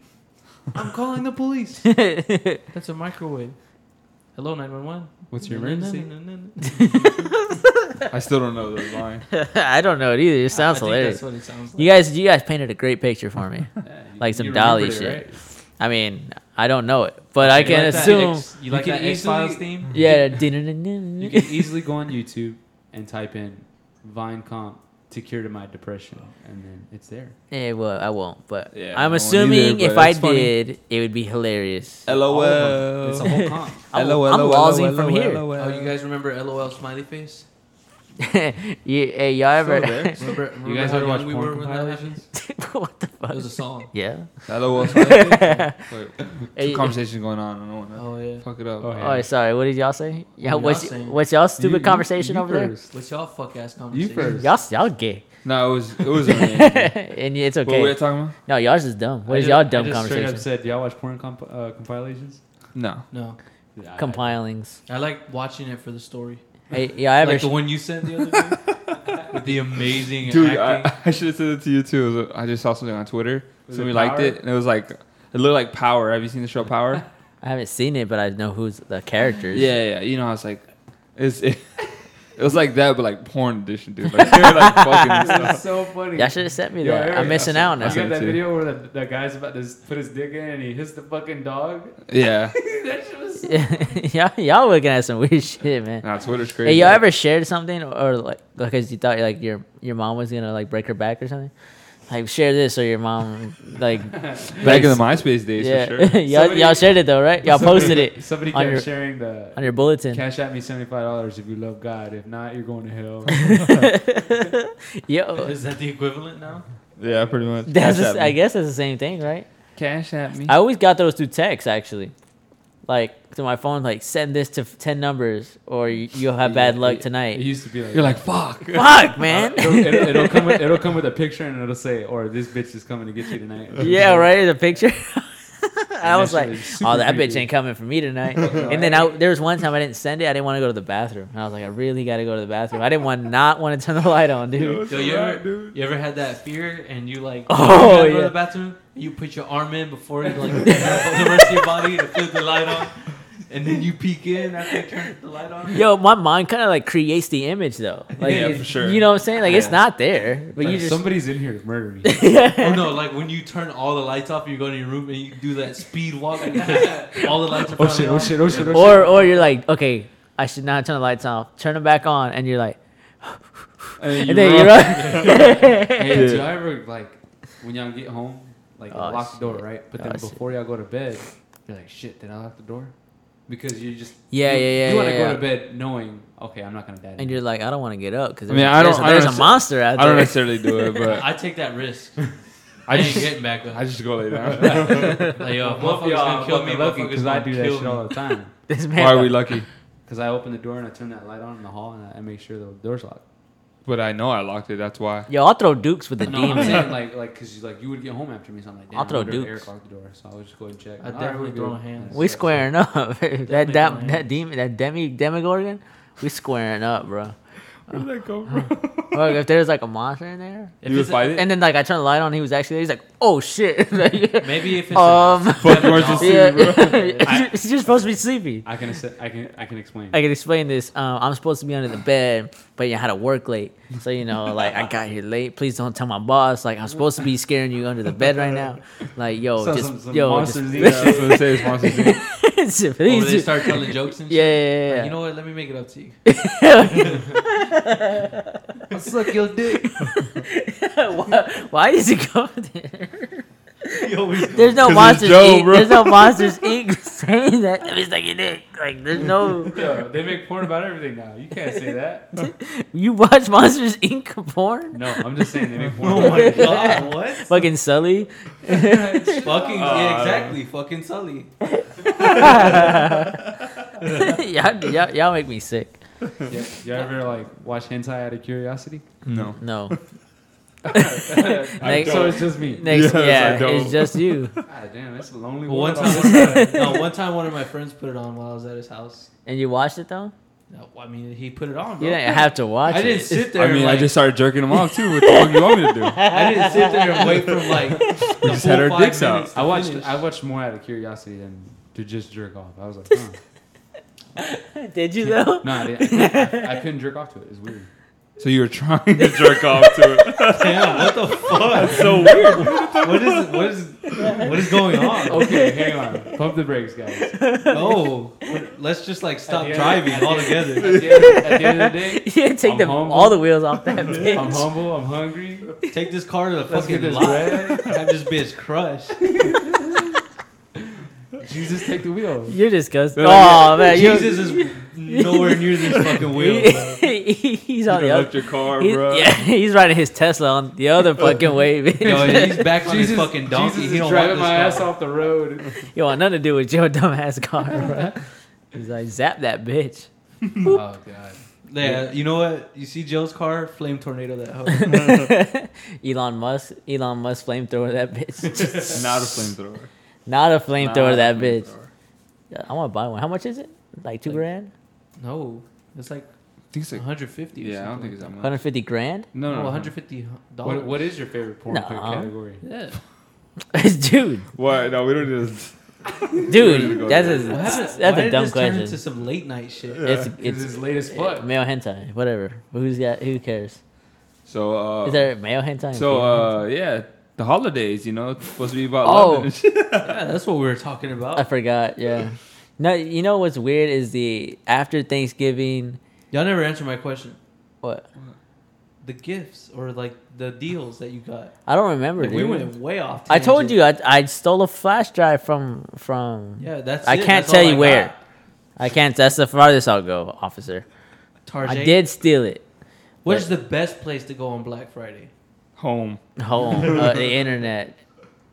Speaker 2: I'm calling the police. That's a microwave. Hello, nine one one.
Speaker 1: What's your emergency?
Speaker 3: I still don't know the line.
Speaker 4: I don't know it either. It sounds hilarious.
Speaker 2: That's what it sounds like.
Speaker 4: You guys, you guys painted a great picture for me.
Speaker 1: Yeah, you-
Speaker 4: Like some
Speaker 1: you
Speaker 4: Dolly
Speaker 1: remembered it, right?
Speaker 4: I mean, I don't know it, but I
Speaker 2: You
Speaker 4: can
Speaker 2: like that
Speaker 4: assume.
Speaker 2: X- you like
Speaker 1: can
Speaker 2: that X Files
Speaker 1: easily-
Speaker 2: theme?
Speaker 4: Yeah.
Speaker 1: You can easily go on YouTube and type in Vine comp to cure to my depression, and then it's there.
Speaker 4: Yeah, Eh, well, I won't. But
Speaker 3: Yeah, I
Speaker 4: I'm
Speaker 3: won't
Speaker 4: assuming
Speaker 3: either,
Speaker 4: if
Speaker 3: but
Speaker 4: I
Speaker 3: it's funny.
Speaker 4: did, it would be hilarious.
Speaker 1: All of
Speaker 2: uh,
Speaker 1: them. It's a
Speaker 3: LOL.
Speaker 1: whole comp.
Speaker 4: I'm,
Speaker 3: LOL,
Speaker 4: I'm
Speaker 3: LOL,
Speaker 4: lolzing from here.
Speaker 3: LOL.
Speaker 2: Oh, you guys remember LOL smiley face?
Speaker 4: you, hey, y'all ever?
Speaker 3: Still there.
Speaker 2: Remember, remember
Speaker 1: You guys
Speaker 2: how
Speaker 1: ever watch
Speaker 2: young we
Speaker 1: porn
Speaker 2: were when that happened?
Speaker 1: compilations?
Speaker 4: what the fuck?
Speaker 2: It was a song.
Speaker 4: yeah.
Speaker 3: LOL.
Speaker 2: Oh,
Speaker 3: Wait,
Speaker 4: Hey,
Speaker 3: two conversations going on. I don't want to
Speaker 2: Oh yeah.
Speaker 3: fuck it up.
Speaker 1: Oh, yeah.
Speaker 4: Oh, sorry. What did y'all say? Yeah.
Speaker 2: Y'all
Speaker 4: What's
Speaker 2: saying-
Speaker 4: what's y'all stupid
Speaker 1: You- you-
Speaker 4: conversation
Speaker 1: you
Speaker 4: over
Speaker 1: first.
Speaker 2: What's y'all fuck ass
Speaker 1: You
Speaker 2: conversation?
Speaker 1: first.
Speaker 4: there? Y'all y'all gay,
Speaker 3: No, it was it was. amazing.
Speaker 4: and it's
Speaker 3: What were we
Speaker 4: okay.
Speaker 3: talking about?
Speaker 4: No, y'all's just dumb. What
Speaker 1: I
Speaker 4: is
Speaker 1: just-
Speaker 4: y'all
Speaker 1: I
Speaker 4: dumb
Speaker 1: just Straight
Speaker 4: conversation?
Speaker 1: up said, do y'all watch porn comp- uh, compilations?
Speaker 3: No.
Speaker 2: No,
Speaker 1: Yeah, I-
Speaker 4: Compilings.
Speaker 2: I like watching it for the story.
Speaker 4: Hey, y'all ever?
Speaker 2: like the one you sent the other day with the amazing
Speaker 3: Dude,
Speaker 2: acting.
Speaker 3: I, I should have sent it to you too. It was- I just saw something on Twitter.
Speaker 1: Was
Speaker 3: Somebody
Speaker 1: it
Speaker 3: liked
Speaker 1: Power?
Speaker 3: it, and it was like it looked like Power. Have you seen the show Power?
Speaker 4: I haven't seen it, but I know who's the characters.
Speaker 3: yeah, yeah. You know, I was like, it's it, it was like that, but like porn edition, dude. Like, they were, like fucking and
Speaker 1: That's
Speaker 3: stuff.
Speaker 1: so funny.
Speaker 4: Y'all should have sent me
Speaker 1: Yo,
Speaker 4: that. I'm
Speaker 1: Eric,
Speaker 4: missing out now.
Speaker 1: You got
Speaker 3: Send it
Speaker 1: that
Speaker 3: to you.
Speaker 1: video where that, that guy's about to s- put his dick in and he hits the fucking dog?
Speaker 3: Yeah,
Speaker 1: that shit was so
Speaker 4: y'all, y'all looking at some weird shit, man.
Speaker 3: nah, Twitter's crazy.
Speaker 4: Hey, y'all ever shared something or like because you thought like your your mom was gonna like break her back or something? like share this or your mom like
Speaker 3: Back in the MySpace days,
Speaker 4: yeah.
Speaker 3: for sure.
Speaker 4: y'all,
Speaker 1: Somebody-
Speaker 4: y'all shared it though, right? Y'all
Speaker 1: Somebody-
Speaker 4: posted it
Speaker 1: Somebody
Speaker 4: on
Speaker 1: kept
Speaker 4: your-
Speaker 1: sharing the
Speaker 4: on your bulletin.
Speaker 1: cash at me seventy five dollars if you love God. If not, you're going to hell.
Speaker 4: Yo,
Speaker 2: Is that the equivalent now?
Speaker 3: Yeah, pretty much.
Speaker 4: that's
Speaker 3: Cash
Speaker 4: the-
Speaker 3: App me.
Speaker 4: I guess that's the same thing, right?
Speaker 1: cash at me.
Speaker 4: I always got those through text actually, like to my phone, like send this to f- ten numbers or y- you'll have bad luck
Speaker 1: It
Speaker 4: tonight.
Speaker 1: used to be like
Speaker 3: You're like, fuck.
Speaker 4: Fuck, man.
Speaker 1: it'll, it'll- it'll come with, it'll come with a picture and it'll say, "Or this bitch is coming to get you tonight."
Speaker 4: Yeah, right. The picture. I
Speaker 1: that
Speaker 4: was
Speaker 1: shit
Speaker 4: like,
Speaker 1: is super
Speaker 4: "Oh, that bitch
Speaker 1: creepy."
Speaker 4: ain't coming for me tonight." and then I, there was one time I didn't send it. I didn't want to go to the bathroom. And I was like, "I really got to go to the bathroom." I didn't want not want to turn the light on, dude.
Speaker 2: Yo, you, ever, you ever had that fear and you like
Speaker 4: Oh,
Speaker 2: you gotta go
Speaker 4: yeah.
Speaker 2: to the bathroom, you put your arm in before you like the rest of your body to flip the light on, and then you peek in after you turn the light on.
Speaker 4: Yo, my mind kind of like creates the image though. Like,
Speaker 2: Yeah,
Speaker 4: it-
Speaker 3: for sure.
Speaker 4: You know what I'm saying? Like, it's not there, but
Speaker 1: Like,
Speaker 4: you just
Speaker 1: somebody's in here to murder me.
Speaker 2: Oh no, like when you turn all the lights off, you go to your room and you do that speed walk. Like that. all the lights are
Speaker 1: oh
Speaker 2: finally
Speaker 1: shit! Oh
Speaker 2: off.
Speaker 1: shit! Oh shit! Oh shit!
Speaker 4: or or you're like, okay, I should not turn the lights off. Turn them back on, and you're like,
Speaker 1: and
Speaker 4: and then
Speaker 1: run.
Speaker 4: you're right.
Speaker 1: Hey, do
Speaker 3: Yeah.
Speaker 1: y'all ever like when y'all get home, like
Speaker 4: Oh,
Speaker 1: lock the door,
Speaker 4: shit.
Speaker 1: right? But
Speaker 4: Oh,
Speaker 1: then
Speaker 4: shit.
Speaker 1: before y'all go to bed, you're like, shit, did I lock the door? Because you just
Speaker 4: Yeah,
Speaker 1: you,
Speaker 4: yeah, yeah,
Speaker 1: You want to
Speaker 4: yeah,
Speaker 1: go
Speaker 4: yeah.
Speaker 1: to bed knowing, okay, I'm not gonna die.
Speaker 4: and you're like, I don't want to get up because
Speaker 3: I
Speaker 4: there's,
Speaker 3: mean, I
Speaker 4: there's,
Speaker 3: don't- I don't
Speaker 4: there's a
Speaker 3: necessar-
Speaker 4: monster out
Speaker 3: I don't
Speaker 4: there.
Speaker 3: necessarily do it, but
Speaker 2: I take that risk. I
Speaker 3: I
Speaker 2: ain't
Speaker 3: just,
Speaker 2: getting back
Speaker 3: I
Speaker 2: up.
Speaker 3: just go lay down.
Speaker 2: Like, yo,
Speaker 1: Both of
Speaker 2: motherfuckers
Speaker 1: y'all
Speaker 2: gonna
Speaker 1: are
Speaker 2: kill me.
Speaker 1: fucking lucky
Speaker 2: Motherfuckers
Speaker 1: because I
Speaker 2: gonna
Speaker 1: do that
Speaker 2: kill
Speaker 1: shit
Speaker 2: me.
Speaker 1: all the time.
Speaker 4: This man,
Speaker 3: Why are we lucky?
Speaker 1: Because I open the door and I turn that light on in the hall and I, I make sure the door's locked.
Speaker 3: But I know I locked it. That's why.
Speaker 4: yo, I'll throw dukes with the
Speaker 1: No, I'm
Speaker 4: demons.
Speaker 1: saying like, like, cause you, like you would get home after me, so I'm like, damn,
Speaker 4: I'll throw
Speaker 1: I wonder if
Speaker 4: dukes.
Speaker 1: Eric locked the door, so I would just go and check.
Speaker 2: I'd
Speaker 1: All
Speaker 2: definitely
Speaker 1: we're
Speaker 2: throw
Speaker 1: good.
Speaker 2: hands.
Speaker 4: We
Speaker 1: So-
Speaker 4: squaring up. that
Speaker 2: going
Speaker 4: that that demon, that demi demigorgon, we squaring up, bro.
Speaker 3: Where'd that come from?
Speaker 4: Look, if there's like a monster in there,
Speaker 2: If
Speaker 3: you would
Speaker 2: it's a-
Speaker 3: fight it?
Speaker 4: and then like I turn the light on, he was actually there. He's like, oh shit. Like,
Speaker 2: Maybe if it's
Speaker 4: um,
Speaker 2: a,
Speaker 3: Fuck Marshall
Speaker 2: yeah.
Speaker 4: yeah.
Speaker 3: Steve, bro.
Speaker 4: You're- you're supposed to be sleepy.
Speaker 1: I can, assi- I can, I can explain.
Speaker 4: I can explain this. Um, I'm supposed to be under the bed, but you know, I had to work late. So, you know, like, I got here late. Please don't tell my boss. Like, I'm supposed to be scaring you under the bed right now. Like, yo,
Speaker 1: So
Speaker 4: just,
Speaker 1: some- some
Speaker 4: yo,
Speaker 1: monsters
Speaker 4: just,
Speaker 1: eat
Speaker 3: Yeah, I was gonna say it's Marshall Steve.
Speaker 4: just
Speaker 2: Or
Speaker 4: please.
Speaker 2: they
Speaker 4: Just,
Speaker 2: start telling jokes and shit.
Speaker 4: yeah, yeah, yeah.
Speaker 2: Like, you know what? Let me make it up to you.
Speaker 1: suck your dick.
Speaker 4: why, why does it go there? There's
Speaker 3: 'Cause
Speaker 4: no
Speaker 3: it's
Speaker 4: monsters.
Speaker 3: Joe,
Speaker 4: Inc.
Speaker 3: bro.
Speaker 4: There's no monsters Inc. saying that. It's like it is. Like there's no.
Speaker 1: Yo, they make porn about everything now. You can't say that.
Speaker 4: You watch Monsters Inc. porn?
Speaker 1: No, I'm just saying they make porn.
Speaker 2: Oh my god, what?
Speaker 4: Fucking Sully.
Speaker 2: Fucking yeah, exactly. Fucking Sully.
Speaker 4: y'all, y'all, y'all make me sick.
Speaker 1: Yeah, you ever like watch hentai out of curiosity?
Speaker 3: No.
Speaker 4: No.
Speaker 3: I
Speaker 4: Next-
Speaker 1: So
Speaker 3: don't.
Speaker 1: it's just me.
Speaker 4: Next,
Speaker 3: Yes, I
Speaker 4: yeah,
Speaker 3: don't.
Speaker 4: it's just you.
Speaker 1: Ah, damn, that's a lonely
Speaker 2: One
Speaker 1: world.
Speaker 2: time, one, no, one time, one of my friends put it on while I was at his house.
Speaker 4: And you watched it though?
Speaker 2: No, I mean, he put it on.
Speaker 4: You
Speaker 2: Bro.
Speaker 4: didn't have to watch
Speaker 2: I
Speaker 4: it.
Speaker 2: didn't sit there.
Speaker 3: I mean,
Speaker 2: and, like,
Speaker 3: I just started jerking them off too. What the fuck you want me to do?
Speaker 2: I didn't sit there and wait for like. We
Speaker 3: just had our dicks out.
Speaker 1: I watched I watched more out of curiosity than to just jerk off. I was like, huh.
Speaker 4: Did you though?
Speaker 1: no, I, didn't, I, I couldn't jerk off to it. It's weird.
Speaker 3: So you were trying to jerk off to it.
Speaker 2: Damn, what the fuck?
Speaker 3: That's so weird.
Speaker 2: What is what is what is going on?
Speaker 1: Okay, hang on. Pump the brakes, guys. At
Speaker 2: No, let's just like stop
Speaker 1: the end-
Speaker 2: driving
Speaker 1: at the end- At
Speaker 2: altogether.
Speaker 1: the, end, at the end of the day,
Speaker 4: Yeah, take
Speaker 1: I'm
Speaker 4: the,
Speaker 1: humble.
Speaker 4: all the wheels off that
Speaker 1: I'm
Speaker 4: bitch.
Speaker 1: humble. I'm hungry.
Speaker 2: Take this car to the
Speaker 1: Let's
Speaker 2: fucking
Speaker 1: get this
Speaker 2: lot.
Speaker 1: bread.
Speaker 2: Have this bitch crushed.
Speaker 1: Jesus, take the wheel.
Speaker 4: You're disgusting.
Speaker 3: They're like,
Speaker 4: Oh man, you-
Speaker 2: Jesus is nowhere near these fucking wheels. bro.
Speaker 4: he, he's on
Speaker 3: You
Speaker 4: the
Speaker 3: left
Speaker 4: other.
Speaker 3: your car,
Speaker 4: He's,
Speaker 3: bro.
Speaker 4: yeah, he's riding his Tesla on the other fucking way,
Speaker 2: Yo,
Speaker 4: bitch.
Speaker 2: he's back on his fucking donkey.
Speaker 1: Jesus
Speaker 2: he
Speaker 1: is
Speaker 2: don't want
Speaker 1: driving my
Speaker 2: this
Speaker 1: ass
Speaker 2: car.
Speaker 1: off the road.
Speaker 4: You want nothing to do with your dumbass car, bro. He's like, zap that bitch.
Speaker 1: oh god.
Speaker 2: Yeah, you know what? You see Joe's car, flame tornado that hoe.
Speaker 4: Elon Musk, Elon Musk flamethrower that bitch.
Speaker 3: Not a flamethrower.
Speaker 4: Not a flamethrower
Speaker 3: Not
Speaker 4: that
Speaker 3: a
Speaker 4: bitch.
Speaker 3: flamethrower.
Speaker 4: Yeah, I want to buy one. How much is it? Like two
Speaker 2: Like-
Speaker 4: grand,
Speaker 2: No, it's like
Speaker 3: I think it's
Speaker 2: 150.
Speaker 3: like,
Speaker 2: Or
Speaker 3: yeah, I don't
Speaker 2: something
Speaker 3: think it's that
Speaker 2: like Oh,
Speaker 3: much.
Speaker 4: hundred fifty grand,
Speaker 2: that.
Speaker 3: No, no,
Speaker 2: No,
Speaker 3: no.
Speaker 2: 150 dollars.
Speaker 1: What, what is your favorite porn
Speaker 4: Nah.
Speaker 1: category?
Speaker 2: Yeah.
Speaker 4: dude.
Speaker 3: What? No, we don't need this. gonna go
Speaker 4: Dude, that's
Speaker 3: there.
Speaker 4: a
Speaker 2: What happened-
Speaker 4: that's
Speaker 2: why
Speaker 4: a
Speaker 2: did
Speaker 4: dumb
Speaker 2: this Turn
Speaker 4: question.
Speaker 2: into some late night shit.
Speaker 4: It's
Speaker 1: It's
Speaker 4: it's
Speaker 1: his latest fuck.
Speaker 4: male hentai, whatever. Who's got who cares?
Speaker 3: So,
Speaker 2: Oh.
Speaker 3: uh,
Speaker 4: Is there male hentai? and
Speaker 3: so
Speaker 4: female
Speaker 3: uh, yeah, the holidays. You know, it's supposed to be about
Speaker 4: Oh.
Speaker 3: love and shit.
Speaker 2: Yeah, that's what we were talking
Speaker 4: hentai? I
Speaker 2: about.
Speaker 4: forgot. Yeah. No, you know what's weird is the after Thanksgiving.
Speaker 2: Y'all never answered my question.
Speaker 4: What?
Speaker 2: the gifts or like the deals that you got.
Speaker 4: I don't remember.
Speaker 2: Like, we
Speaker 4: dude.
Speaker 2: went way off.
Speaker 4: I told
Speaker 2: tangent.
Speaker 4: you I, I stole a flash drive from from.
Speaker 2: Yeah, that's.
Speaker 4: I
Speaker 2: it.
Speaker 4: can't
Speaker 2: That's
Speaker 4: tell
Speaker 2: all
Speaker 4: you
Speaker 2: I
Speaker 4: where.
Speaker 2: got.
Speaker 4: I can't. That's the farthest I'll go, officer.
Speaker 2: Target.
Speaker 4: I did steal it.
Speaker 2: Where's the best place to go on Black Friday?
Speaker 3: Home.
Speaker 4: Home, uh, the internet,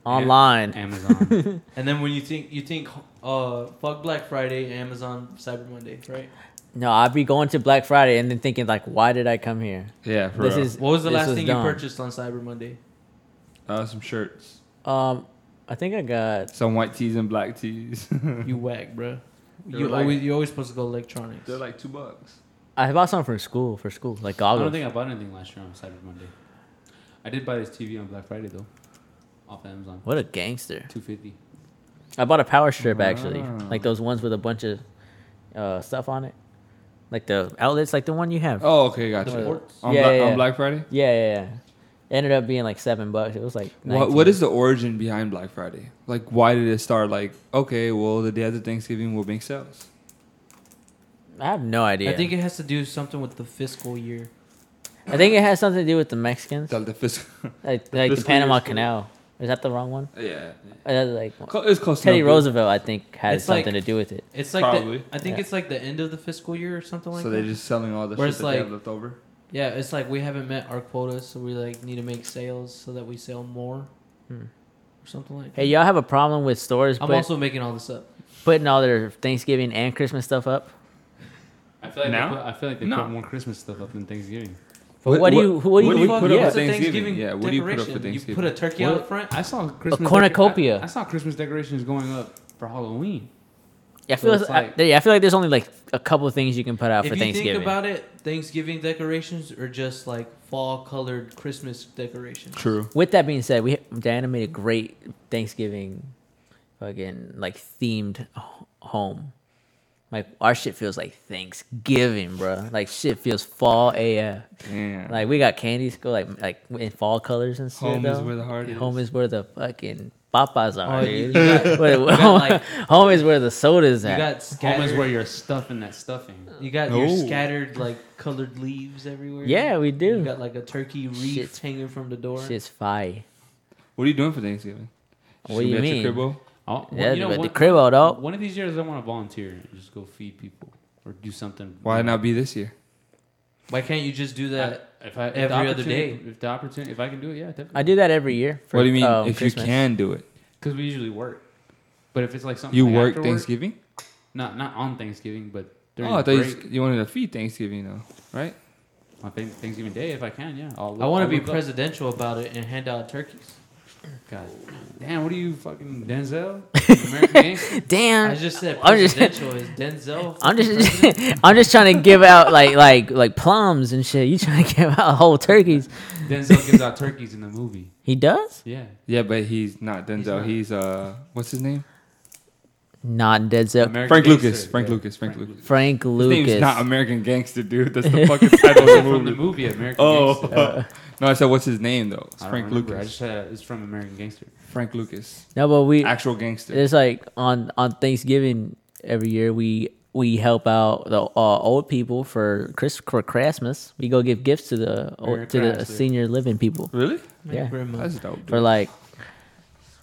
Speaker 4: online.
Speaker 1: Amazon.
Speaker 2: And then when you think you think uh fuck Black Friday, Amazon, Cyber Monday, right?
Speaker 4: No, I'd be going to Black Friday and then thinking like, why did I come here?
Speaker 3: Yeah, for
Speaker 4: This
Speaker 3: real.
Speaker 4: is-
Speaker 2: What was the
Speaker 4: This
Speaker 2: last
Speaker 4: was
Speaker 2: thing
Speaker 4: dumb.
Speaker 2: you purchased on Cyber Monday?
Speaker 3: uh, some shirts,
Speaker 4: Um, I think I got.
Speaker 3: some white tees and black tees.
Speaker 2: You whack, bro.
Speaker 3: They're
Speaker 2: You
Speaker 3: like-
Speaker 2: always you always supposed to go electronics.
Speaker 3: They're like two bucks.
Speaker 4: I bought some for school. For school, like
Speaker 1: I
Speaker 4: goggles.
Speaker 1: don't think I bought anything last year on Cyber Monday. I did buy this TV on Black Friday though, off Amazon.
Speaker 4: what a gangster!
Speaker 1: Two fifty.
Speaker 4: I bought a power strip actually,
Speaker 3: Ah.
Speaker 4: like those ones with a bunch of uh, stuff on it, like the outlets, like the one you have.
Speaker 3: Oh, okay, gotcha.
Speaker 4: The
Speaker 2: ports?
Speaker 3: On,
Speaker 4: Yeah,
Speaker 3: Black,
Speaker 4: yeah, yeah.
Speaker 3: on Black Friday.
Speaker 4: Yeah, yeah, yeah. It ended up being like seven bucks. It was like
Speaker 3: What,
Speaker 4: 19.
Speaker 3: what is the origin behind Black Friday? Like, why did it start? Like, okay, well, the day after Thanksgiving, we'll make sales.
Speaker 4: I have no idea.
Speaker 2: I think it has to do something with the fiscal year.
Speaker 4: I think it has something to do with the Mexicans,
Speaker 3: Tell the fiscal.
Speaker 4: like like the
Speaker 3: fiscal
Speaker 4: Panama
Speaker 3: year's cool.
Speaker 4: Canal. Is that the wrong one?
Speaker 3: yeah,
Speaker 4: Uh, that's, like
Speaker 3: Co- it's close.
Speaker 4: Teddy
Speaker 3: enough, dude.
Speaker 4: Roosevelt, I think, had
Speaker 2: It's like-
Speaker 4: something to do with it.
Speaker 2: It's like the,
Speaker 3: Probably.
Speaker 2: I think
Speaker 4: Yeah.
Speaker 2: it's like the end of the fiscal year or something like
Speaker 3: So
Speaker 2: that.
Speaker 3: they're just selling all the
Speaker 2: Where
Speaker 3: shit
Speaker 2: it's
Speaker 3: that they have
Speaker 2: like-
Speaker 3: left over.
Speaker 2: yeah, it's like we haven't met our quotas, so we like need to make sales so that we sell more,
Speaker 4: Hmm.
Speaker 2: or something like.
Speaker 4: Hey,
Speaker 2: that.
Speaker 4: y'all have a problem with stores
Speaker 2: I'm
Speaker 4: put-
Speaker 2: also making all this up.
Speaker 4: putting all their Thanksgiving and Christmas stuff up?
Speaker 1: I feel like
Speaker 3: Now?
Speaker 1: they put, I feel like they
Speaker 3: No.
Speaker 1: put more Christmas stuff up than Thanksgiving.
Speaker 4: But what, do you? Who, what do you?
Speaker 3: what do you put up
Speaker 4: yeah.
Speaker 3: with Thanksgiving? Yeah, what do you put up for
Speaker 2: You put a
Speaker 3: Thanksgiving?
Speaker 2: turkey
Speaker 1: Well,
Speaker 2: out front.
Speaker 1: I saw Christmas
Speaker 4: cornucopia.
Speaker 1: I, I saw Christmas decorations going up for Halloween.
Speaker 4: Yeah, I feel
Speaker 1: So it's
Speaker 4: I-
Speaker 1: like-
Speaker 4: yeah, I feel like there's only like a couple things you can put out
Speaker 2: If
Speaker 4: for
Speaker 2: you
Speaker 4: Thanksgiving.
Speaker 2: think about it, Thanksgiving decorations are just like fall colored Christmas decorations.
Speaker 3: True.
Speaker 4: With that being said, we Diana made a great Thanksgiving, fucking like themed h- home. Like our shit feels like Thanksgiving, bro. Like shit feels fall AF.
Speaker 3: Damn.
Speaker 4: Like we got candies go like like in fall colors and shit.
Speaker 3: Home is
Speaker 4: though.
Speaker 3: where the heart is.
Speaker 4: Home is where the fucking papas are.
Speaker 2: Oh, you-
Speaker 4: dude.
Speaker 2: you got-
Speaker 4: Where- home,
Speaker 2: got, like-
Speaker 4: is where the sodas
Speaker 2: You
Speaker 4: at.
Speaker 2: got
Speaker 1: Home is
Speaker 2: scattered.
Speaker 1: where you're stuffing that stuffing.
Speaker 2: you got your
Speaker 3: Oh.
Speaker 2: scattered like colored leaves everywhere.
Speaker 4: yeah, we
Speaker 2: You
Speaker 4: do.
Speaker 2: got like a turkey wreath
Speaker 4: Shit's-
Speaker 2: hanging from the door.
Speaker 4: Shit's fire.
Speaker 3: What are you doing for Thanksgiving? Just
Speaker 4: What do
Speaker 3: gonna
Speaker 4: you
Speaker 3: be at
Speaker 4: mean?
Speaker 3: Your cribbo?
Speaker 1: Oh, well,
Speaker 4: Yeah,
Speaker 1: you know,
Speaker 4: but the
Speaker 1: one,
Speaker 4: crib out oh, dog.
Speaker 1: one of these years I want to volunteer and just go feed people or do something.
Speaker 3: Why not be this year?
Speaker 2: Why can't you just do that?
Speaker 1: I- if I, if the
Speaker 2: every other
Speaker 1: opportunity-
Speaker 2: day?
Speaker 1: If the opportunity, if I can do it, yeah, definitely.
Speaker 4: I do that every year. for,
Speaker 3: what do you mean?
Speaker 4: um,
Speaker 3: if
Speaker 4: Christmas.
Speaker 3: you can do it,
Speaker 1: Because we usually work. But if it's like something
Speaker 3: you
Speaker 1: like
Speaker 3: work
Speaker 1: after
Speaker 3: Thanksgiving.
Speaker 1: not not on Thanksgiving, but during
Speaker 3: Oh, I thought you,
Speaker 1: break,
Speaker 3: s- you wanted to feed Thanksgiving though, right?
Speaker 1: on Thank- Thanksgiving Day, if I can, yeah. I'll look-
Speaker 2: I want
Speaker 1: I'll
Speaker 2: to be
Speaker 1: look up.
Speaker 2: presidential about it and hand out turkeys.
Speaker 1: God, damn, what are you fucking Denzel? American Gangster?
Speaker 4: Damn.
Speaker 2: I just said
Speaker 4: I'm just-
Speaker 2: presidential is Denzel.
Speaker 4: I'm
Speaker 2: president?
Speaker 4: just I'm just trying to give out like like like plums and shit. You trying to give out whole turkeys?
Speaker 1: Denzel gives out turkeys in the movie.
Speaker 4: He does
Speaker 1: Yeah,
Speaker 3: Yeah, but he's not Denzel. He's,
Speaker 2: not.
Speaker 3: uh, what's his name?
Speaker 4: not Denzel.
Speaker 1: American
Speaker 3: Frank
Speaker 1: Gangster,
Speaker 3: Lucas. Frank
Speaker 1: yeah.
Speaker 3: Lucas. Frank Lucas.
Speaker 4: Frank
Speaker 3: His name's
Speaker 4: Lucas.
Speaker 3: not American Gangster, dude. That's the fucking title of the
Speaker 1: From
Speaker 3: movie.
Speaker 1: the movie American
Speaker 3: Oh,
Speaker 1: Gangster.
Speaker 4: uh,
Speaker 3: no, I said what's his name though? It's
Speaker 1: I don't
Speaker 3: Frank
Speaker 1: remember. I
Speaker 3: Lucas.
Speaker 1: just had it's from American Gangster.
Speaker 3: Frank Lucas,
Speaker 4: no, but we
Speaker 3: actual gangster.
Speaker 4: it's like on on Thanksgiving every year we we help out the uh, old people for Chris for Christmas. We go give gifts to the
Speaker 1: Merry
Speaker 4: to the
Speaker 1: Chrysler.
Speaker 4: senior living people
Speaker 3: Really?
Speaker 2: My
Speaker 4: Yeah.
Speaker 2: grandma.
Speaker 3: That's dope. Dude.
Speaker 4: for like